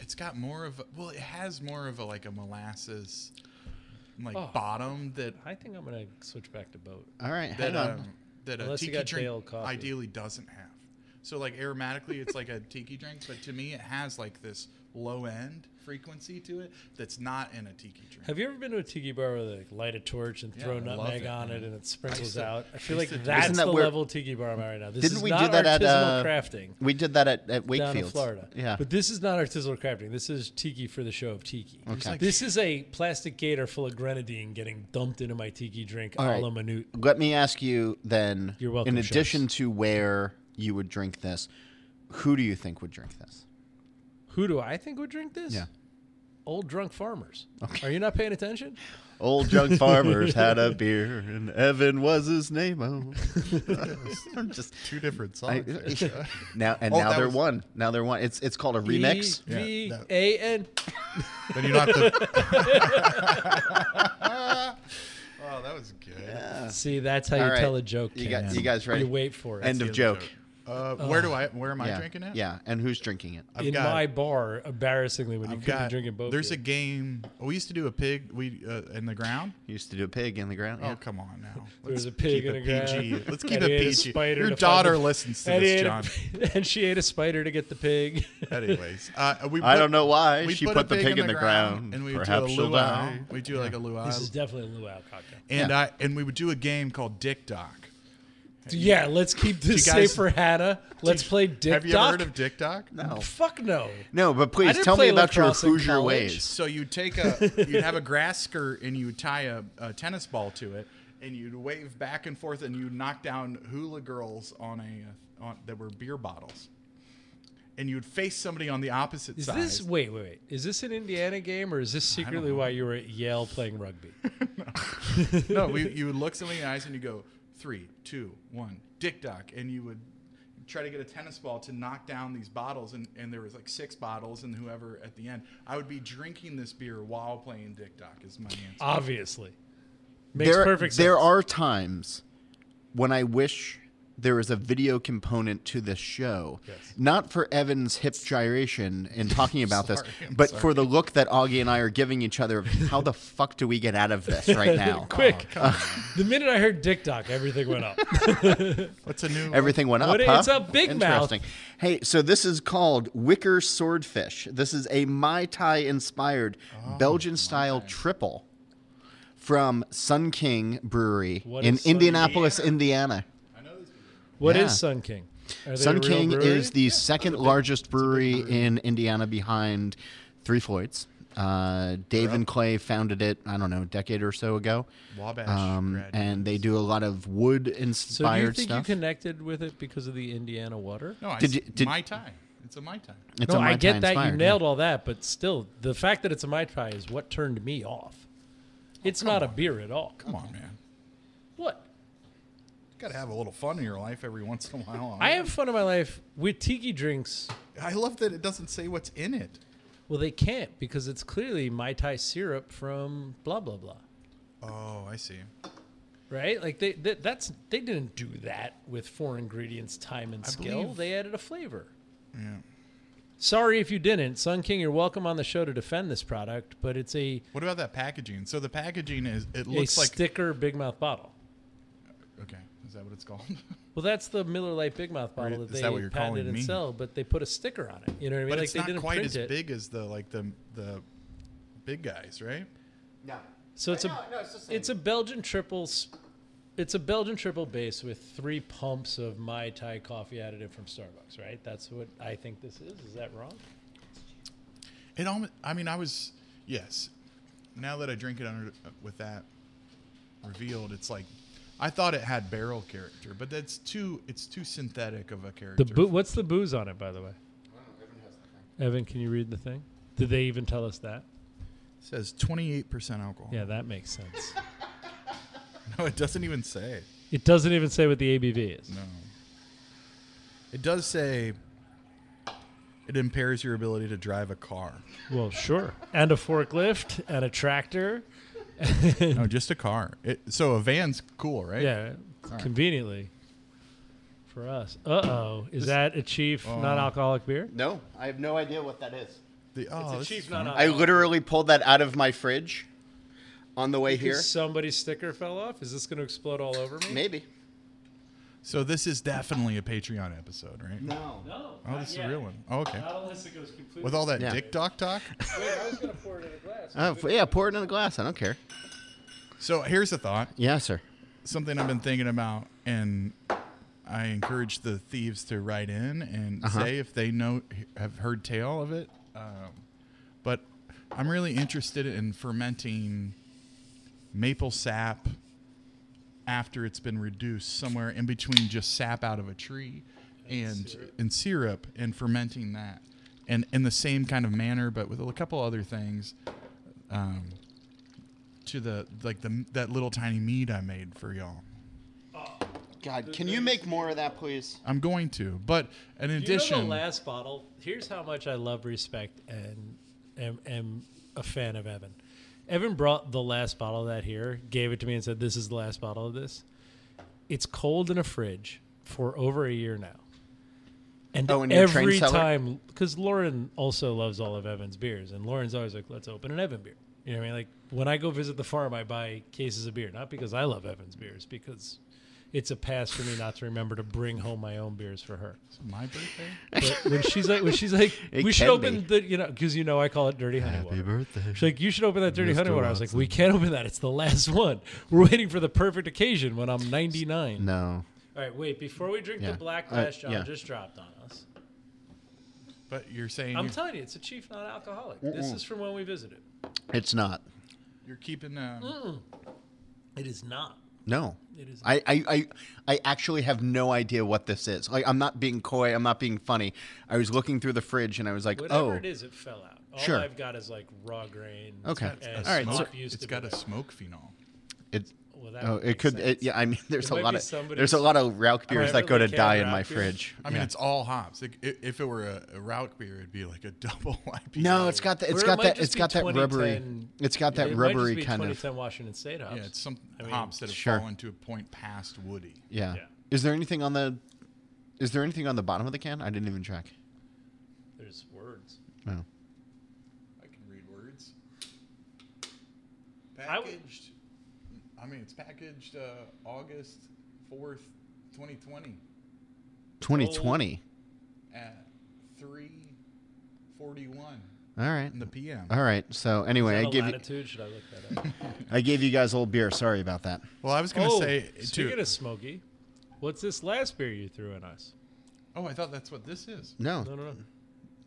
S3: it's got more of. A, well, it has more of a like a molasses, like
S5: Oh.
S3: bottom that
S5: I think I'm gonna switch back to boat.
S2: All right, hang
S3: that
S2: on.
S3: um, that a
S5: Unless you
S3: tiki
S5: got
S3: drink
S5: Dale coffee.
S3: ideally doesn't have. So like aromatically, it's like a tiki drink, but to me, it has like this low end frequency to it that's not in a tiki drink.
S5: Have you ever been to a tiki bar where they like, light a torch and throw
S3: I love
S5: nutmeg
S3: it,
S5: on
S3: man.
S5: it and it sprinkles
S3: to-
S5: out? I feel
S3: I
S5: like
S3: used to-
S5: that's
S2: Isn't that
S5: the
S2: where-
S5: level tiki bar I'm at right now. This
S2: Didn't
S5: is
S2: we do
S5: not
S2: that at
S5: artisanal
S2: uh,
S5: crafting
S2: We did that at, at Wakefield,
S5: down in Florida.
S2: Yeah,
S5: but this is not artisanal crafting. This is tiki for the show of tiki.
S2: Okay. like-
S5: This is a plastic gator full of grenadine getting dumped into my tiki drink
S2: All
S5: a
S2: right.
S5: la minute.
S2: Let me ask you then.
S5: You're welcome,
S2: In addition to where you would drink this, who do you think would drink this?
S5: Who do I think would drink this?
S2: Yeah.
S5: Old drunk farmers. Are you not paying attention?
S2: Old drunk farmers had a beer, and Evan was his name. Oh, I'm just
S3: Two different
S2: I,
S3: songs.
S2: now and
S3: Oh,
S2: now
S3: that
S2: they're
S3: was-
S2: one. Now they're one. It's it's called a remix.
S3: Yeah,
S5: E V
S3: that-
S5: A N.
S3: then you don't have to. oh, that was good.
S5: See, that's how you
S2: All right.
S5: tell a joke.
S2: You got-
S5: Ken.
S2: you guys ready?
S5: You wait for it.
S2: End of
S3: Steal the
S2: joke.
S3: Uh, where do I? Where am I
S2: yeah.
S3: drinking it?
S2: Yeah, and who's drinking it?
S3: I've
S5: in
S3: got-
S5: my bar, embarrassingly, when you
S3: I've
S5: could
S3: got.
S5: be drinking both.
S3: there's a
S5: beers.
S3: game. We used to do a pig. We uh, in the ground.
S2: Used to do a pig in the ground.
S3: Oh
S2: Yeah.
S3: come on now.
S5: There was
S3: Let's
S5: a pig
S3: keep
S5: in a
S3: it
S5: ground.
S3: PG. Let's keep
S5: and
S3: it
S5: he ate a
S3: PG.
S5: spider
S3: Your
S5: to find
S3: daughter
S5: the-
S3: listens to
S5: and he
S3: this,
S5: ate a-
S3: John.
S5: and she ate a spider to get the pig.
S3: Anyways, uh, we
S2: I don't know why
S3: we
S2: she put
S3: a
S2: the pig in the ground.
S3: and we
S2: Perhaps
S3: do a
S2: she'll
S3: luau.
S2: die.
S3: We do like a luau,
S5: this is definitely a luau cocktail.
S3: and
S2: Yeah.
S3: I and we would do a game called Dick Doc.
S5: Yeah, let's keep this
S3: guys-
S5: safe for Hannah. Let's play Dick
S3: Have you
S5: Doc.
S3: ever heard of Dick Doc?
S2: No,
S5: Fuck no.
S2: no, but
S5: I
S2: please
S5: didn't
S2: tell me
S5: play
S2: about your
S5: lacrosse in
S2: Hoosier
S5: college.
S2: ways.
S3: So you take a you'd have a grass skirt and you would tie a, a tennis ball to it and you'd wave back and forth and you'd knock down hula girls on a uh, on that were beer bottles. And you'd face somebody on the opposite
S5: Is
S3: side.
S5: this wait wait wait? Is this an Indiana game or is this secretly why you were at Yale playing rugby?
S3: no, we, you would look somebody in the eyes and you go three, two, one, dick dock, and you would try to get a tennis ball to knock down these bottles, and, and there was like six bottles, and whoever at the end, I would be drinking this beer while playing dick dock is my answer.
S5: Ah. Obviously, makes
S2: there,
S5: perfect sense.
S2: there are times when I wish there is a video component to this show. Not for Evan's hip gyration in talking about
S3: Sorry,
S2: this,
S3: I'm
S2: but
S3: sorry.
S2: for the look that Augie and I are giving each other of how the fuck do we get out of this right now?
S5: quick.
S3: Oh,
S5: the minute I heard Dick Doc, everything went up.
S3: What's a new?
S2: Everything went up.
S5: What-
S2: huh?
S5: it's a big mouth.
S2: Interesting. Hey, so this is called Wicker Swordfish. This is a Mai Tai inspired
S5: Oh
S2: Belgian style triple from Sun King Brewery
S5: What
S2: in
S5: is Sun-
S2: Indianapolis, Indiana.
S5: What is
S2: Yeah.
S5: Sun King? Are they a
S2: Sun
S5: real
S2: King
S5: brewery?
S2: is the second largest brewery in Indiana behind Three Floyds. Uh, Dave and Clay founded it, I don't know, a decade or so ago.
S3: Wabash
S2: Um,
S3: grad.
S2: and they do a lot of wood
S5: So do you
S2: inspired
S5: think
S2: stuff.
S5: you connected with it because of the Indiana water?
S3: no, I,
S2: Did
S3: did
S2: you- did-
S3: my tie. It's a my tie.
S2: it's
S5: no,
S2: a
S5: I
S2: Mai Tai
S5: get that you
S2: inspired, yeah.
S5: nailed all that, but still, the fact that it's a mai tai is what turned me off.
S2: Oh,
S5: It's not a beer at all.
S3: Come on, man.
S5: What?
S3: You gotta have a little fun in your life every once in a while.
S5: I have fun in my life with tiki drinks.
S3: I love that it doesn't say what's in it.
S5: Well, they can't because it's clearly mai tai syrup from blah blah blah.
S3: Oh, I see.
S5: Right? Like they, they that's they didn't do that with four ingredients, time and skill.
S3: believe-
S5: They added a flavor. Sorry if you didn't. Sun King, you're welcome on the show to defend this product, but it's a,
S3: What about that packaging? So the packaging is it
S5: a
S3: looks like
S5: sticker big mouth bottle.
S3: Okay, is that what it's called?
S5: Well, that's the Miller Lite Big Mouth bottle
S3: Is
S5: that they
S3: that what you're
S5: patented
S3: calling
S5: and
S3: me?
S5: sell, but they put a sticker on it. You know what I mean?
S3: but
S5: like
S3: it's
S5: they
S3: not
S5: didn't
S3: quite
S5: print
S3: as
S5: it.
S3: big as the like the the big guys, right?
S2: No.
S5: So it's a
S2: No, no, it's the same.
S5: it's a Belgian triple. s- It's a Belgian triple base with three pumps of Mai Tai coffee additive from Starbucks. Right? That's what I think this is. Is that wrong?
S3: It almost. I mean, I was yes. Now that I drink it under uh, with that revealed, it's like I thought it had barrel character, but that's too. It's too synthetic of a character.
S5: The boo- what's the booze on it, by the way? Evan, can you read the thing? Did they even tell us that?
S3: It says twenty eight percent alcohol.
S5: Yeah, that makes sense.
S3: No, it doesn't even say.
S5: it doesn't even say what the ABV is.
S3: No. It does say it impairs your ability to drive a car.
S5: Well, sure. And a forklift and a tractor.
S3: no, just a car. It, so a van's cool, right?
S5: Yeah, conveniently for us. Uh oh, is that a chief
S3: Oh.
S5: non-alcoholic beer?
S2: No, I have no idea what that is.
S3: The, oh, this is fun.
S2: I literally pulled that out of my fridge on the way here.
S5: Somebody's sticker fell off. Is this going to explode all over me?
S2: Maybe.
S3: So this is definitely a Patreon episode, right?
S2: No.
S5: No.
S3: Oh, this is a real one. Oh, okay.
S5: unless it goes completely.
S3: With all that
S2: Yeah.
S3: dick doc talk.
S5: I was going to pour it in a glass.
S2: Oh, f- yeah, pour it in a glass. I don't care.
S3: So here's a thought.
S2: Yeah, sir.
S3: Something I've been thinking about, and I encourage the thieves to write in and say if they know have heard tale of it. Um, but I'm really interested in fermenting maple sap after it's been reduced somewhere in between just sap out of a tree and and syrup and fermenting that and in the same kind of manner but with a couple other things um, to the like the that little tiny mead I made for y'all.
S2: God, can you make more of that, please?
S3: I'm going to, but in
S5: You know the
S3: addition,
S5: last bottle. Here's how much I love, respect, and am, am a fan of Evan. Evan brought the last bottle of that here, gave it to me, and said, "This is the last bottle of this." It's cold in a fridge for over a year now, and
S2: Oh, and you're a trained
S5: every
S2: seller?
S5: time, because Lauren also loves all of Evan's beers, and Lauren's always like, "Let's open an Evan beer." You know what I mean? Like when I go visit the farm, I buy cases of beer, not because I love Evan's beers, because it's a pass for me not to remember to bring home my own beers for her.
S3: my birthday.
S5: But when she's like, when she's like,
S2: It
S5: we should
S2: can
S5: open the, you know, because you know I call it dirty honey water. She's like, you should open that dirty honey water. I was like, we can't open that. It's the last one. We're waiting for the perfect occasion when I'm 99.
S2: No.
S5: All right, wait. Before we drink
S2: Yeah.
S5: the black
S2: Uh,
S5: glass, John
S2: yeah.
S5: just dropped on us.
S3: But you're saying
S5: I'm
S3: you're,
S5: telling you, it's a chief non-alcoholic. This is from when we visited.
S2: It's not.
S3: you're keeping. Um,
S5: Mm. It is not.
S2: No.
S5: It is.
S2: I, I, I, I actually have no idea what this is. Like, I'm not being coy. I'm not being funny. I was looking through the fridge and I was like, oh.
S5: Whatever it is, it fell out. All
S2: Sure.
S5: I've got is like raw grain.
S2: Okay.
S5: And
S3: a
S2: All right,
S3: smoke-
S5: smoke used
S3: it's
S5: to
S3: got
S5: be
S3: a
S5: there.
S3: smoke phenol.
S2: It's,
S5: Well, that
S2: oh,
S5: would
S2: it
S5: make
S2: could.
S5: sense.
S2: It, yeah, I mean, there's
S5: It
S2: a
S5: might
S2: lot
S5: be
S2: of there's
S5: somebody's-
S2: a lot of Rauch beers that go to
S5: Beverly
S2: die
S5: Can
S2: in my
S5: Rauch beer.
S2: fridge.
S3: I mean,
S2: Yeah.
S3: it's all hops. Like, i- if it were a, a route beer, it'd be like a double IPA.
S2: no, it's got the, it's
S5: Or it
S2: got
S5: might
S2: that
S5: just
S2: it's
S5: be
S2: got that rubbery
S5: 2010
S2: it's got that
S5: it might just
S2: rubbery
S5: be
S2: kind of
S5: 2010 Washington State hops.
S3: yeah, it's some
S5: mean,
S3: hops that have
S2: sure.
S3: fallen to a point past woody.
S2: yeah.
S5: yeah.
S2: Is there anything on the is there anything on the bottom of the can? I didn't even check.
S5: There's words.
S2: No.
S3: I can read words.
S5: I would-
S3: Packaged. I, mean, it's packaged uh, August fourth, twenty twenty,
S2: 2020.
S3: at three forty-one
S2: All right.
S3: in the PM.
S2: All right. So anyway, I
S5: What
S2: give you,
S5: latitude should I look that up?
S2: I gave you guys old beer. Sorry about that.
S3: Well, I was gonna say
S5: Oh, speaking
S3: too.
S5: of smoky, what's this last beer you threw in us?
S3: oh, I thought that's what this is.
S2: No.
S5: No, no, no,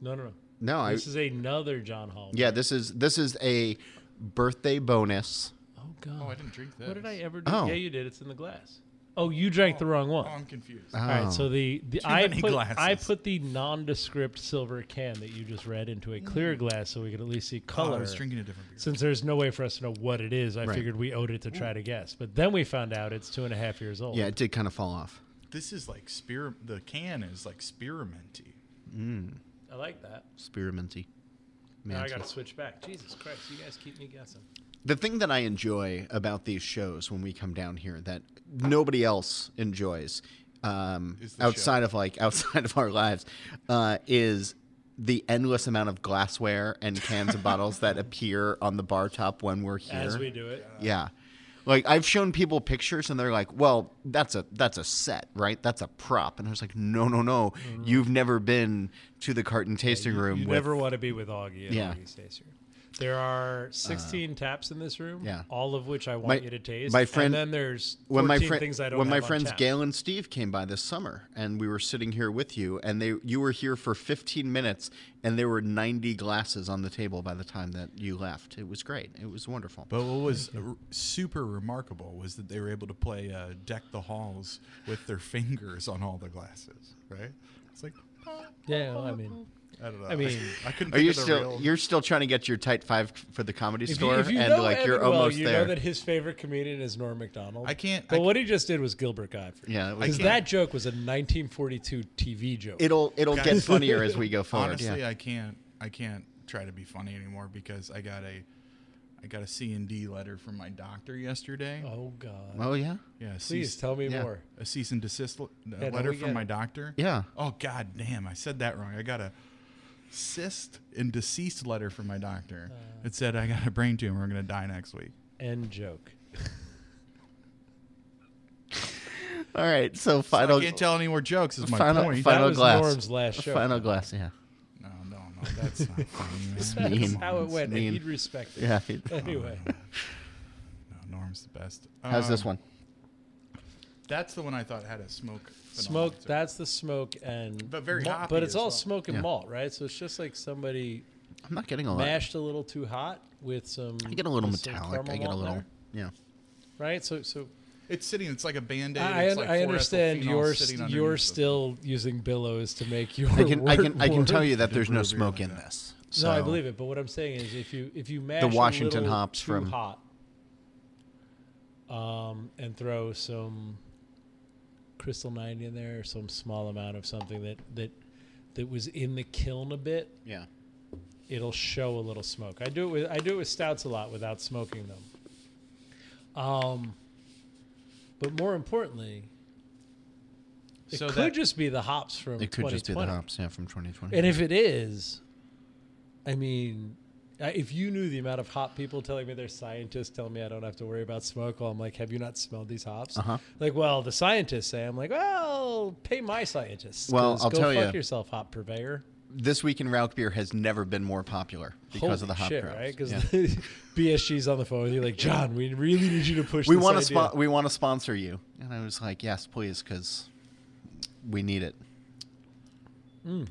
S5: no, no. no.
S2: No, I
S5: this is another John Hall.
S2: Yeah, this is this is a birthday bonus.
S5: Oh God.
S3: Oh, I didn't drink that.
S5: what did I ever do?
S2: Oh.
S5: Yeah, you did. It's in the glass. Oh, you drank the wrong
S3: Oh,
S5: one.
S3: I'm confused.
S5: All right, so the, the I
S3: many
S5: put I
S3: glasses.
S5: put the nondescript silver can that you just read into a clear glass so we could at least see
S3: Mm. oh,
S5: color.
S3: I was drinking a different beer.
S5: Since there's no way for us to know what it is, I figured we owed it to try to guess. But then we found out it's two and a half years old.
S2: Yeah, it did kind of fall off.
S3: this is like spear. The can is like spearminty.
S5: I like that.
S2: Spearminty.
S5: Now I
S2: Mantle.
S5: got to switch back. Jesus Christ, you guys keep me guessing.
S2: the thing that I enjoy about these shows when we come down here that nobody else enjoys um,
S3: Is the
S2: outside of like outside of our lives uh, is the endless amount of glassware and cans and bottles that appear on the bar top when we're here.
S5: As we do it,
S2: yeah. Like I've shown people pictures and they're like, "Well, that's a that's a set, right? That's a prop." And I was like, "No, no, no. You've never been to the carton tasting room
S5: Mm-hmm. You
S2: with
S5: never want to be with Augie at
S2: Yeah. Uh,
S5: Augie's Tasting Room. There are 16 taps in this room,
S2: yeah.
S5: all of which I want
S2: My-
S5: you to taste.
S2: my friend-
S5: and then there's 14
S2: when my friend
S5: things I don't
S2: when my
S5: have on
S2: friends
S5: tap.
S2: Gail and Steve came by this summer, and we were sitting here with you, and they you were here for 15 minutes, and there were 90 glasses on the table by the time that you left. It was great. It was wonderful.
S3: But what was r- super remarkable was that they were able to play uh, "Deck the Halls" with their fingers on all the glasses. Right? It's like oh,
S4: Yeah, well, I mean,
S3: I don't know.
S4: I mean,
S3: I couldn't.
S2: Are
S3: think
S2: you
S3: of the
S2: still
S3: real-
S2: you're still trying to get your tight five for the comedy
S5: If you,
S2: store,
S5: if you
S2: and
S5: know
S2: like you're
S5: Evan well,
S2: almost
S5: you
S2: there.
S5: know that his favorite comedian is Norm Macdonald.
S3: I can't-
S5: But
S3: I
S5: what he just did was Gilbert Godfrey.
S2: Yeah, it was
S5: because
S2: Gilbert.
S5: that joke was a 1942 TV joke.
S2: It'll it'll get
S3: Guys.
S2: funnier as we go forward.
S3: Honestly,
S2: yeah.
S3: I can't. I can't try to be funny anymore because I got a, I got a C and D letter from my doctor yesterday.
S5: oh God!
S2: oh yeah,
S3: yeah,
S5: Please
S3: cease,
S5: tell oh, me
S2: yeah.
S5: more.
S3: a cease and desist l- uh,
S5: no,
S3: letter
S5: we
S3: from
S5: get
S3: my
S5: it.
S3: doctor.
S2: yeah.
S3: Oh god damn, I said that wrong. I got a cyst and deceased letter from my doctor.
S5: Uh.
S3: it said I got a brain tumor, I'm gonna die next week.
S5: End joke.
S2: All right, so
S3: So
S2: final
S3: I can't tell any more jokes is my
S2: final
S3: point.
S5: That
S2: final
S5: was
S2: glass.
S5: Norm's last joke.
S2: final glass. Yeah,
S3: no, no, no, that's not funny.
S5: That's
S3: man.
S2: mean.
S5: how it
S2: It's
S5: went.
S2: mean.
S5: And he'd respect it.
S2: yeah.
S5: Anyway,
S3: Oh, No, Norm's the best.
S2: How's this
S3: Um,
S2: one?
S3: That's the one I thought had a smoke. phenomenon
S5: smoke.
S3: to it.
S5: That's the smoke and
S3: But very
S5: malt,
S3: hoppy
S5: But it's
S3: as
S5: all
S3: well.
S5: smoke and
S2: Yeah.
S5: malt, right? So it's just like somebody
S2: I'm not getting a lot.
S5: mashed a little too hot with some.
S2: I get a little
S5: with some
S2: metallic. I
S5: caramel
S2: get a
S5: malt
S2: little.
S5: there,
S2: Yeah.
S5: right. So so
S3: It's sitting. It's like a band aid.
S5: I,
S3: it's like
S5: I understand
S3: fluorethylphenol
S5: you're
S3: sitting
S5: st-
S3: underneath
S5: you're
S3: the-
S5: still using billows to make your.
S2: I can I can I can
S5: word
S2: tell
S5: work.
S2: you that there's no
S3: brew a beer
S2: smoke
S3: like
S2: in
S3: that.
S2: this.
S5: No, I believe it. But what I'm saying is, if you if you mash
S2: Washington
S5: a little
S2: hops
S5: too
S2: from-
S5: hot, um, and throw some crystal ninety in there, or some small amount of something that that that was in the kiln a bit,
S2: Yeah.
S5: it'll show a little smoke. I do it with I do it with stouts a lot without smoking them. Um, but more importantly, it
S3: So
S5: could
S3: that-
S5: just be the hops from
S2: It could just be the
S5: 2020.
S2: hops, yeah, from 2020.
S5: And if it is, I mean, I- if you knew the amount of hop people telling me they're scientists telling me I don't have to worry about smoke, well, I'm like, have you not smelled these hops?
S2: Uh-huh.
S5: Like, well, the scientists say, I'm like, well, pay my scientists.
S2: Well,
S5: 'cause
S2: I'll
S5: go
S2: tell
S5: fuck
S2: ya.
S5: yourself, hop purveyor.
S2: this week in Rauk beer has never been more popular because
S5: Holy
S2: of the hop
S5: shit,
S2: crops.
S5: right? Because
S2: Yeah.
S5: BSG's on the phone with you, like, John, we really need you to push.
S2: we
S5: this
S2: want to
S5: idea."
S2: spot. We want to sponsor you, and I was like, yes, please, because we need it. It's a
S5: Hmm.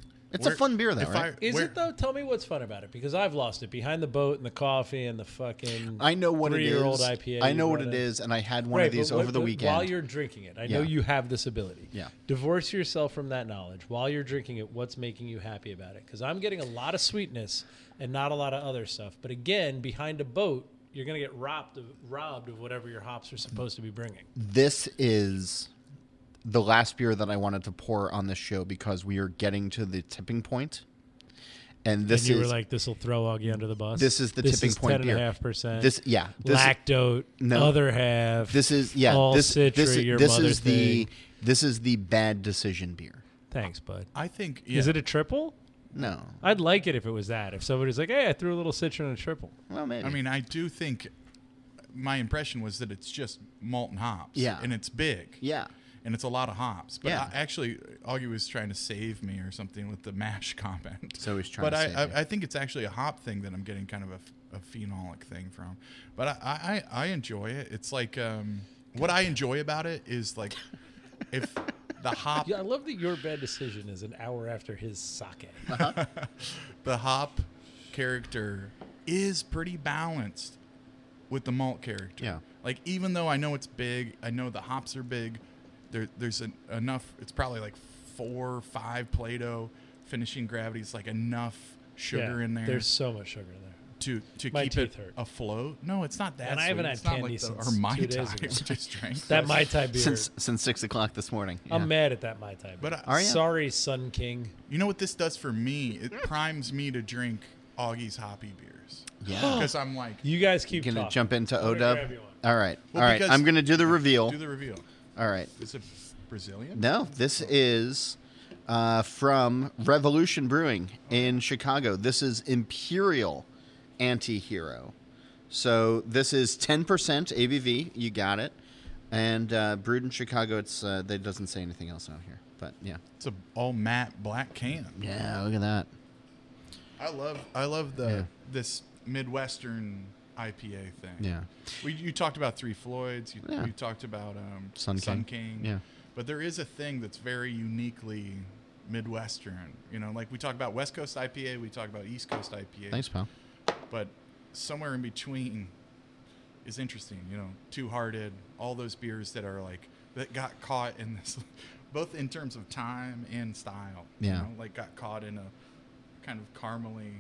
S3: Where-
S2: fun beer, though,
S3: if
S2: right?
S3: I-
S5: Is
S3: where-
S5: it though? Tell me what's fun about it because I've lost it behind the boat and the coffee and the fucking.
S2: I, know what it is.
S5: three-year-old IPA.
S2: I
S5: you
S2: know what
S5: brought
S2: it
S5: in.
S2: is, and I had one
S5: Right,
S2: of these
S5: but what-
S2: over the
S5: but
S2: weekend.
S5: While you're drinking it, I know
S2: Yeah.
S5: you have this ability.
S2: Yeah.
S5: Divorce yourself from that knowledge. While you're drinking it, what's making you happy about it? Because I'm getting a lot of sweetness and not a lot of other stuff. But again, behind a boat, you're gonna get robbed of, robbed of whatever your hops are supposed to be bringing.
S2: this is the last beer that I wanted to pour on this show because we are getting to the tipping point, and this
S5: and you
S2: is
S5: were like, "This will throw Augie under the bus."
S2: This is the tipping point
S5: Ten and
S2: beer.
S5: a half percent.
S2: this. Yeah, this,
S5: lactote.
S2: No.
S5: other half.
S2: This is yeah.
S5: All
S2: this
S5: Citra,
S2: this,
S5: your
S2: this
S5: mother
S2: is the
S5: thing.
S2: this is the bad decision beer.
S5: Thanks, bud.
S3: I think. Yeah,
S5: Is it a triple?
S2: No,
S5: I'd like it if it was that. If somebody's like, "Hey, I threw a little citron in a triple."
S2: well maybe.
S3: I mean, I do think. My impression was that it's just malt and hops.
S2: Yeah.
S3: And it's big.
S2: yeah,
S3: and it's a lot of hops. But
S2: Yeah.
S3: I, actually, Augie was trying to save me or something with the mash comment.
S2: So he's trying
S3: But
S2: to
S3: I,
S2: save
S3: I,
S2: you.
S3: I think it's actually a hop thing that I'm getting kind of a, f- a phenolic thing from. But I, I, I enjoy it. It's like um, what I enjoy about it is like if the hop
S5: Yeah, I love that your bad decision is an hour after his sake.
S3: the hop character is pretty balanced with the malt character.
S2: Yeah.
S3: Like even though I know it's big, I know the hops are big. There, there's an, enough. It's probably like four, or five Play-Doh finishing gravity. It's like enough sugar
S5: Yeah,
S3: in there
S5: There's so much sugar in there.
S3: to to
S5: my
S3: keep it
S5: teeth hurt.
S3: afloat. No, it's not that.
S5: And I haven't
S3: sweet.
S5: had
S3: It's not
S5: candy
S3: like the,
S5: since
S3: or Mai
S5: two days
S3: Tai.
S5: ago.
S3: We just drank
S5: That
S3: those.
S5: Mai Tai beer.
S2: since since six o'clock this morning.
S5: I'm
S2: yeah. uh,
S5: mad at that Mai Tai beer.
S3: But I-
S2: Are ya?
S5: Sorry, Sun King.
S3: You know what this does for me? It primes me to drink Augie's hoppy beers.
S2: Yeah.
S3: Because I'm like,
S5: You guys keep
S2: gonna
S5: talking.
S2: jump into
S5: I'm gonna
S2: O Dub.
S5: grab you one.
S2: All right,
S3: Well,
S2: all right.
S3: because-
S2: I'm gonna do the reveal.
S3: do the reveal.
S2: all right.
S3: Is it Brazilian?
S2: No, this is uh, from Revolution Brewing in Chicago. This is Imperial Anti Hero. So this is 10% ABV. You got it. And uh, brewed in Chicago. It's uh, they doesn't say anything else on here, but yeah.
S3: It's a all matte black can.
S2: Yeah, look at that.
S3: I love I love the
S2: Yeah.
S3: this Midwestern IPA thing.
S2: Yeah.
S3: We, you talked about Three Floyds. You,
S2: Yeah.
S3: you talked about um,
S2: Sun King. Yeah.
S3: But there is a thing that's very uniquely Midwestern. You know, like we talk about West Coast IPA, we talk about East Coast IPA.
S2: Thanks, pal.
S3: But somewhere in between is interesting. You know, Two Hearted, all those beers that are like that got caught in this, both in terms of time and style.
S2: Yeah.
S3: You know, like got caught in a kind of caramely,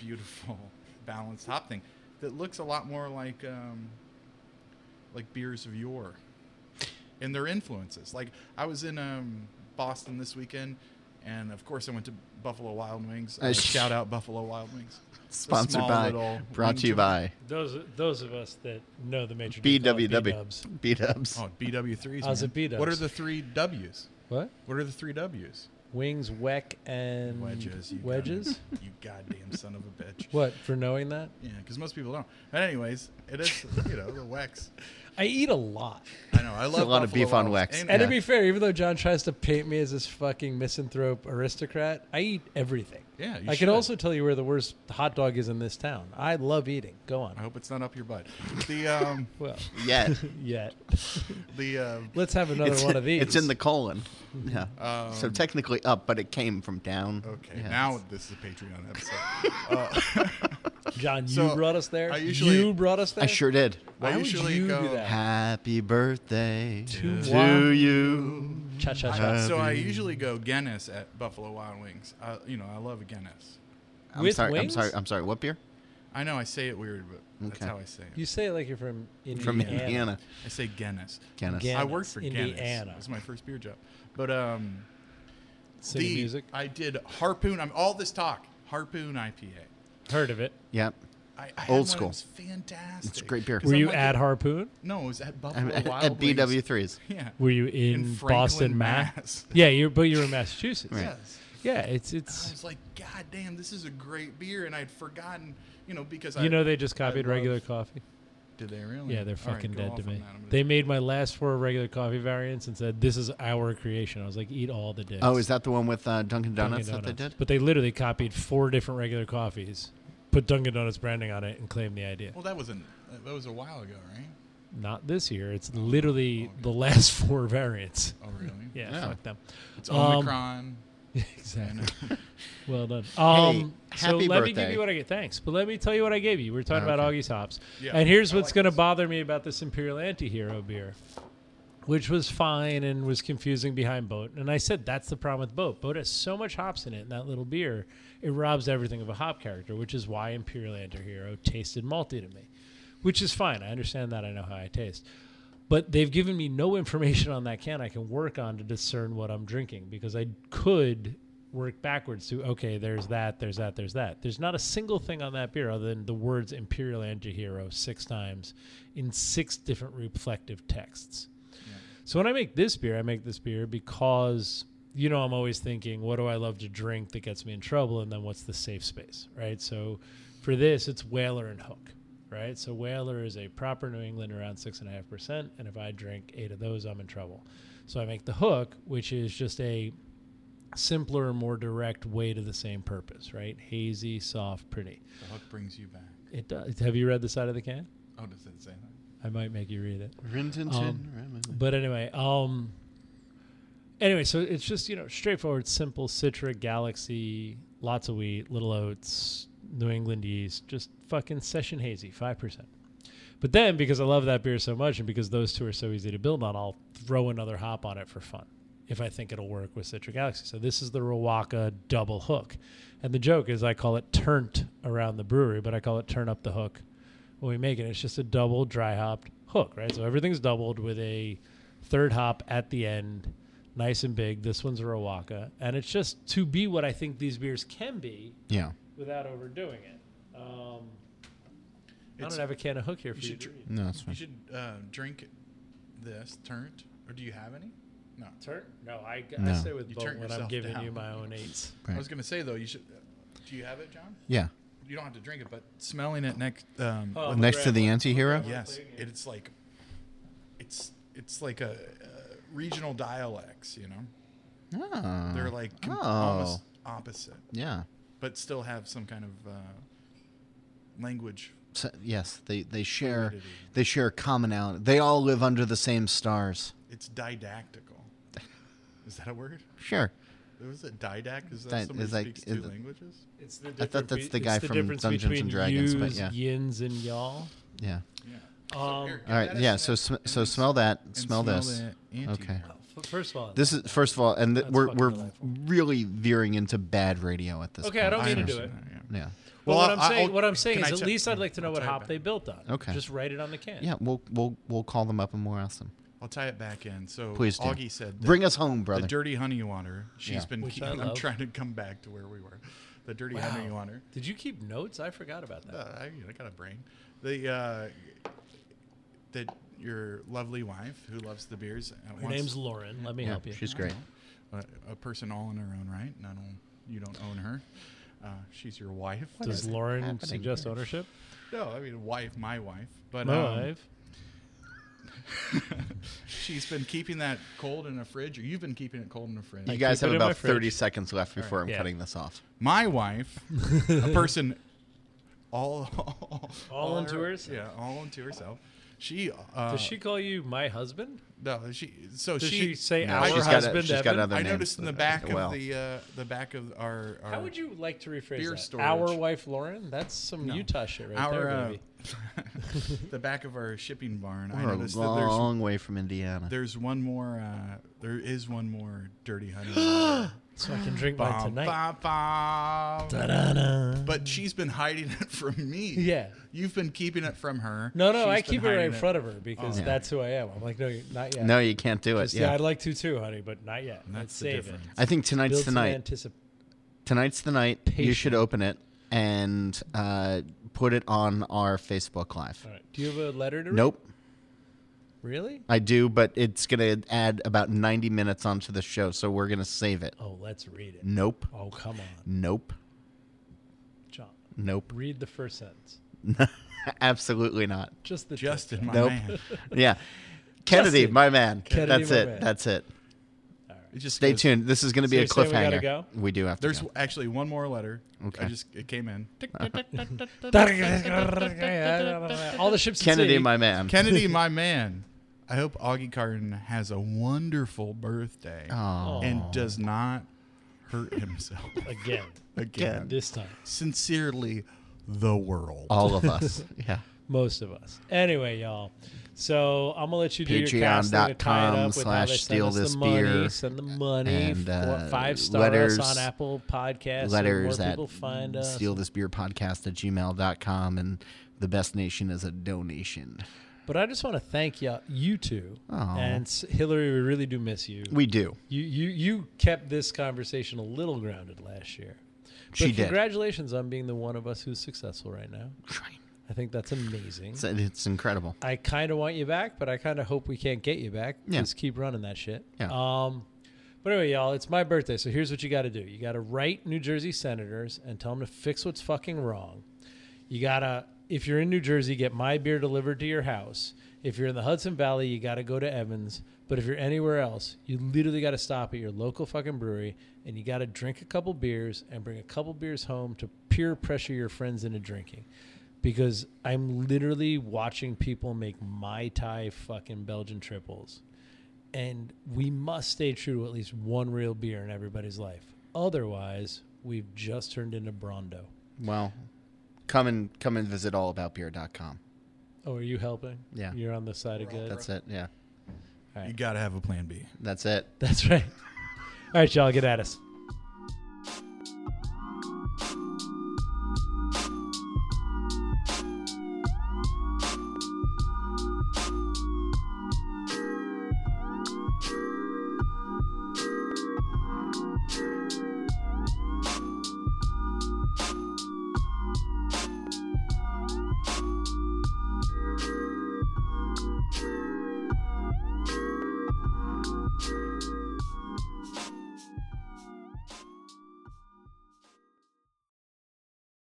S3: beautiful, balanced hop thing that looks a lot more like um, like beers of yore and their influences. Like I was in um, Boston this weekend, and of course I went to Buffalo Wild Wings.
S2: Uh,
S3: Uh, shout out Buffalo Wild Wings. The
S2: Sponsored
S3: small
S2: by,
S3: little
S2: brought to you
S3: wing
S2: by
S5: Those those of us that know the major D call it B-dubs.
S2: BWW. B Dubs.
S3: Oh, BW threes.
S5: I was
S3: man.
S5: at B-dubs.
S3: What are the three W's?
S5: What?
S3: What are the three W's?
S5: Wings, Weck, and
S3: Wedges. You
S5: wedges?
S3: Goddamn, you goddamn son of a bitch.
S5: What for knowing that?
S3: Yeah, because most people don't. But anyways, it is you know the Wex.
S5: I eat a lot.
S3: I know. I love
S2: a lot of
S3: Buffalo
S2: beef on
S3: Wild Wings.
S2: Wex.
S3: And-
S5: And
S2: Yeah.
S5: to be fair, even though John tries to paint me as this fucking misanthrope aristocrat, I eat everything.
S3: Yeah, you
S5: I
S3: should.
S5: can also tell you where the worst hot dog is in this town. I love eating. Go
S3: I
S5: on.
S3: hope it's not up your butt. The um,
S5: Well,
S2: Yeah.
S5: yet.
S3: the uh,
S5: Let's have another
S2: It's,
S5: one of these.
S2: it's in the colon. Yeah. so
S3: Um,
S2: technically up, but it came from down.
S3: okay.
S2: Yeah.
S3: Now this is a Patreon episode. Uh,
S5: John, you
S3: So,
S5: brought us there.
S3: I usually-
S5: you brought us there.
S2: I sure did.
S5: Why
S3: I
S5: would
S3: usually
S5: you
S3: go-
S5: do that?
S2: Happy birthday
S5: To
S2: to
S5: one.
S2: you.
S5: Cha cha cha.
S3: so I usually go Guinness at Buffalo Wild Wings. I, you know, I love a Guinness.
S2: I'm
S5: With
S2: sorry.
S5: wings?
S2: I'm sorry. I'm sorry. What beer?
S3: I know I say it weird, but that's
S2: Okay.
S3: how I say it.
S5: You say it like you're from Indiana.
S2: From Indiana.
S3: I say Guinness.
S2: Guinness.
S5: Guinness.
S3: I worked for Guinness.
S5: Indiana.
S3: It was my first beer job. But um,
S5: City
S3: the-
S5: music.
S3: I did Harpoon. I'm all this talk. Harpoon IPA.
S5: Heard of it?
S2: Yep.
S3: I, I had
S2: Old
S3: one.
S2: school.
S3: It was fantastic.
S2: It's a great beer.
S3: 'Cause
S5: Were
S3: I'm
S5: you
S3: like
S5: at
S3: a-
S5: Harpoon?
S3: No, it was at Buffalo
S2: At,
S3: Wild
S2: at
S3: Wings.
S2: BW3s.
S3: Yeah.
S5: Were you in,
S3: In Franklin,
S5: Boston, Mass?
S3: Mass.
S5: Yeah, you but you're in Massachusetts.
S2: Right.
S3: Yes.
S5: Yeah, it's
S3: I
S5: it's
S3: was like, God damn, this is a great beer, and I'd forgotten, you know, because I
S5: you know they just copied
S3: love-
S5: regular coffee.
S3: did they really?
S5: Yeah, they're
S3: All right,
S5: fucking
S3: go
S5: dead
S3: off
S5: to
S3: on
S5: me.
S3: that. I'm gonna-
S5: They made my last four regular coffee variants and said this is our creation. I was like, eat all the dicks.
S2: Oh, is that the one with uh, Dunkin'
S5: Dunkin'
S2: Donuts, that they did?
S5: But they literally copied four different regular coffees, put Dunkin' Donuts branding on it, and claimed the idea.
S3: Well, that wasn't. That was a while ago, right?
S5: Not this year. It's literally the last four variants.
S3: Oh, really?
S5: Yeah,
S2: Yeah.
S5: fuck them.
S3: It's
S5: Um,
S3: Omicron.
S5: Exactly. Well done. Um, so
S2: happy
S5: let me give
S2: birthday.
S5: you what I get. Thanks, but let me tell you what I gave you. We are talking about
S2: Okay.
S5: Augie's hops,
S3: Yeah,
S5: and here's
S3: I
S5: what's
S3: like
S5: going to
S3: this.
S5: bother me about this Imperial Antihero beer, which was fine and was confusing behind Boat. And I said that's the problem with Boat. Boat has so much hops in it in that little beer, it robs everything of a hop character, which is why Imperial Antihero tasted malty to me, which is fine. I understand that. I know how I taste. But they've given me no information on that can I can work on to discern what I'm drinking because I could work backwards to okay, there's that, there's that, there's that. There's not a single thing on that beer other than the words Imperial Antihero six times in six different reflective texts. So when I make this beer, I make this beer because you know I'm always thinking, what do I love to drink that gets me in trouble, and then what's the safe space, right? So for this, it's Whaler and Hook, right? So Whaler is a proper New England around six and a half percent, and if I drink eight of those, I'm in trouble. So I make the Hook, which is just a simpler, more direct way to the same purpose, right? Hazy, soft, pretty.
S3: The hook brings you back.
S5: It does. Have you read the side of the can?
S3: Oh, does it say that?
S5: I might make you read it.
S2: Rintintin.
S5: Um,
S2: Remin-
S5: But anyway, um anyway, so it's just, you know, straightforward, simple Citra Galaxy, lots of wheat, little oats, New England yeast, just fucking session hazy, 5%. But then because I love that beer so much and because those two are so easy to build on, I'll throw another hop on it for fun if I think it'll work with Citra Galaxy. So this is the Rawaka double hook. And the joke is I call it turnt around the brewery, but I call it turn up the hook when we make it. It's just a double dry hopped hook, right? So everything's doubled with a third hop at the end, nice and big. This one's a Rawaka. And it's just to be what I think these beers can be
S2: yeah.
S5: without overdoing it. Um, I
S3: It's-
S5: don't have a can of hook here for you.
S3: should
S5: to
S3: dr-
S5: read.
S2: No, that's
S3: You
S2: fine.
S3: should uh, drink this turnt, or do you have any? No.
S5: Turn? No, I,
S2: No.
S5: I say with
S3: You
S5: both
S3: turn
S5: when I'm
S3: yourself
S5: giving
S3: down.
S5: you my own eights.
S3: I
S2: Right.
S3: was gonna say though, you should. do you uh, have it, John?
S2: Yeah.
S3: you don't have to drink it, but smelling it next um,
S5: Oh,
S3: with-
S2: Next to the anti-hero?
S3: yes, it's like it's it's like a, uh regional dialects. You know,
S2: Oh.
S3: they're like com-
S2: Oh.
S3: almost opposite,
S2: Yeah.
S3: but still have some kind of uh, language.
S2: So, yes, they they share
S3: Fluidity.
S2: they share commonality. They all live under the same stars.
S3: It's didactical. Is that a word?
S2: Sure.
S3: Was it didact? Is that
S2: Di-
S3: somebody
S2: is
S3: who
S2: that-
S3: speaks
S2: is
S3: two
S2: that-
S3: languages?
S5: It's the
S2: I thought
S5: different
S2: that's
S5: be-
S2: the
S5: it's
S2: guy from
S5: difference
S2: Dungeons and
S5: between
S2: Dragons, but
S5: yous,
S2: yeah.
S5: Yins and y'all.
S2: Yeah.
S3: Yeah.
S5: Um,
S3: here, give
S2: All right.
S3: that a
S2: Yeah. So
S3: sniff
S2: sm-
S3: and
S2: so
S3: then
S2: smell that.
S3: and
S2: Smell this.
S3: the anti-
S2: Okay.
S5: f- first of all,
S2: This is first of all, and th-
S5: That's
S2: we're
S5: fucking
S2: we're
S5: delightful.
S2: really veering into bad radio at this.
S5: Okay,
S2: point.
S5: I don't
S3: I
S5: need to do it.
S3: understand that, yeah.
S2: Yeah.
S3: Well,
S5: Well, what
S3: I-
S5: I'm saying,
S3: I'll-
S5: what I'm saying
S3: can
S5: is,
S3: I
S5: at
S3: check-
S5: least I'd like to know
S3: I'll
S5: what
S3: type
S5: hop
S3: it.
S5: they built on.
S2: Okay.
S5: just write it on the can.
S2: Yeah. We'll we'll we'll call them up and we'll ask them.
S3: I'll tie it back in. So
S2: Please do.
S3: Augie said that
S2: Bring us home,
S3: the
S2: brother.
S3: dirty honey water. She's
S2: Yeah.
S3: been
S5: Which
S3: keep-
S5: I
S3: I'm
S5: love.
S3: trying to come back to where we were. The dirty honey
S5: Wow.
S3: water.
S5: Did you keep notes? I forgot about that.
S3: Uh, I, I got a brain. The uh, that your lovely wife who loves the beers. uh,
S5: Her
S3: wants-
S5: name's Lauren. Let me
S2: Yeah,
S5: help you.
S2: She's great.
S3: uh, a person all in her own right. Not on, you don't own her. Uh, she's your wife.
S5: Does Lauren
S2: happening
S5: suggest ownership?
S3: no, I mean wife, my wife. But
S5: My
S3: um,
S5: wife.
S3: she's been keeping that cold in a fridge, or you've been keeping it cold in a fridge.
S2: You guys
S5: keep it
S2: have
S5: in my
S2: about
S5: fridge.
S2: thirty seconds left before I'm
S5: Yeah.
S2: cutting this off.
S3: my wife, a person all all,
S5: All unto
S3: her-
S5: herself.
S3: Yeah, all unto herself. She uh,
S5: Does she call you my husband?
S3: no she so
S5: Does
S3: she,
S5: she say
S3: no,
S5: our
S3: I,
S2: she's got a-
S5: husband?
S2: she's got
S5: Evan?
S2: another-
S3: I
S2: names
S3: noticed in the
S2: that-
S3: back of
S2: well.
S3: the uh, the back of our, our
S5: How would you like to rephrase
S3: Beer
S5: that?
S3: storage.
S5: Our wife, Lauren. That's some
S3: No.
S5: Utah shit right
S3: our
S5: there,
S3: uh,
S5: baby.
S3: the back of our shipping barn? uh, I
S2: We're a
S3: noticed that there's
S2: long way from Indiana.
S3: there's one more uh, there is one more dirty honey.
S5: So I can drink mine
S3: Bum,
S5: tonight.
S3: bum, bum. But she's been hiding it from me.
S5: Yeah.
S3: You've been keeping it from her.
S5: No, no,
S3: She's
S5: I
S3: been
S4: keep
S5: keep it right
S3: hiding Oh,
S5: in front of her because
S2: Yeah.
S5: that's who I am. I'm like, no, you- not yet.
S2: No, you can't do it.
S5: Just, yeah.
S2: Yeah.
S5: I'd like to too, honey, but not yet. Let's
S3: That's the
S5: save it.
S3: difference.
S2: I think tonight's
S5: Build
S2: the
S5: some
S2: night.
S5: anticip-
S2: Tonight's the night. You should open it and uh, put it on our Facebook Live.
S5: All right. Do you have a letter to read?
S2: Nope,
S5: Really?
S2: I do, but it's going to add about 90 minutes onto the show, so we're going to save it.
S5: Oh, let's read it.
S2: Nope,
S5: Oh, come on,
S2: nope,
S5: John.
S2: nope.
S5: Read the first sentence.
S2: Absolutely not.
S5: Just the tip,
S3: Justin,
S5: John.
S3: my
S2: Nope.
S3: man.
S2: Yeah. Kennedy,
S5: Justin.
S2: my man.
S5: Kennedy,
S2: That's
S5: my
S2: it.
S5: man.
S2: That's it.
S3: It just
S2: Stay
S3: goes-
S2: tuned. This is going to be
S5: So
S2: a
S5: you're saying we
S2: cliffhanger.
S5: gotta go?
S2: We do have to.
S3: There's
S2: go.
S3: actually one more letter.
S2: Okay.
S3: I just it came in. Tick, tick, tick.
S5: All the ships. at
S2: Kennedy,
S5: sea.
S2: my man.
S3: Kennedy, my man. I hope Augie Carton has a wonderful birthday
S5: Oh,
S2: Aw.
S3: and does not hurt himself
S5: again.
S3: again.
S5: This time,
S3: Sincerely, the world.
S2: All of us. Yeah.
S5: most of us. Anyway, y'all. So I'm gonna let you do your casting to tie it
S2: Patreon.com
S5: up with how they
S2: slash
S5: send
S2: steal
S5: us the
S2: this beer.
S5: money. Send the money.
S2: And, uh,
S5: What, five stars
S2: letters-
S5: on Apple Podcasts. so
S2: letters
S5: more
S2: at
S5: people find us.
S2: steal this beer podcast at gmail.com and the best nation is a donation
S5: But I just want to thank y'all, you two,
S2: Aw.
S5: and S- Hillary. We really do miss you.
S2: we do
S5: You you you kept this conversation a little grounded last year. But
S2: She did.
S5: congratulations on being the one of us who's successful right now. I think that's amazing.
S2: it's, it's incredible
S5: I kind of want you back, but I kind of hope we can't get you back.
S2: Yeah.
S5: Just keep running that shit.
S2: Yeah.
S5: Um, but anyway, y'all, it's my birthday, so here's what you got to do. You got to write New Jersey senators and tell them to fix what's fucking wrong. You got to, if you're in New Jersey, get my beer delivered to your house. If you're in the Hudson Valley, you got to go to Evans. But if you're anywhere else, you literally got to stop at your local fucking brewery and you got to drink a couple beers and bring a couple beers home to peer pressure your friends into drinking because I'm literally watching people make Mai Tai fucking Belgian triples. And we must stay true to at least one real beer in everybody's life. Otherwise, we've just turned into Brondo.
S2: well come and come and visit allaboutbeer.com
S5: Oh, are you helping?
S2: Yeah.
S5: You're on the side of good.
S2: that's it yeah
S3: You got to have a plan B.
S2: that's it
S5: That's right. All right, y'all, get at us.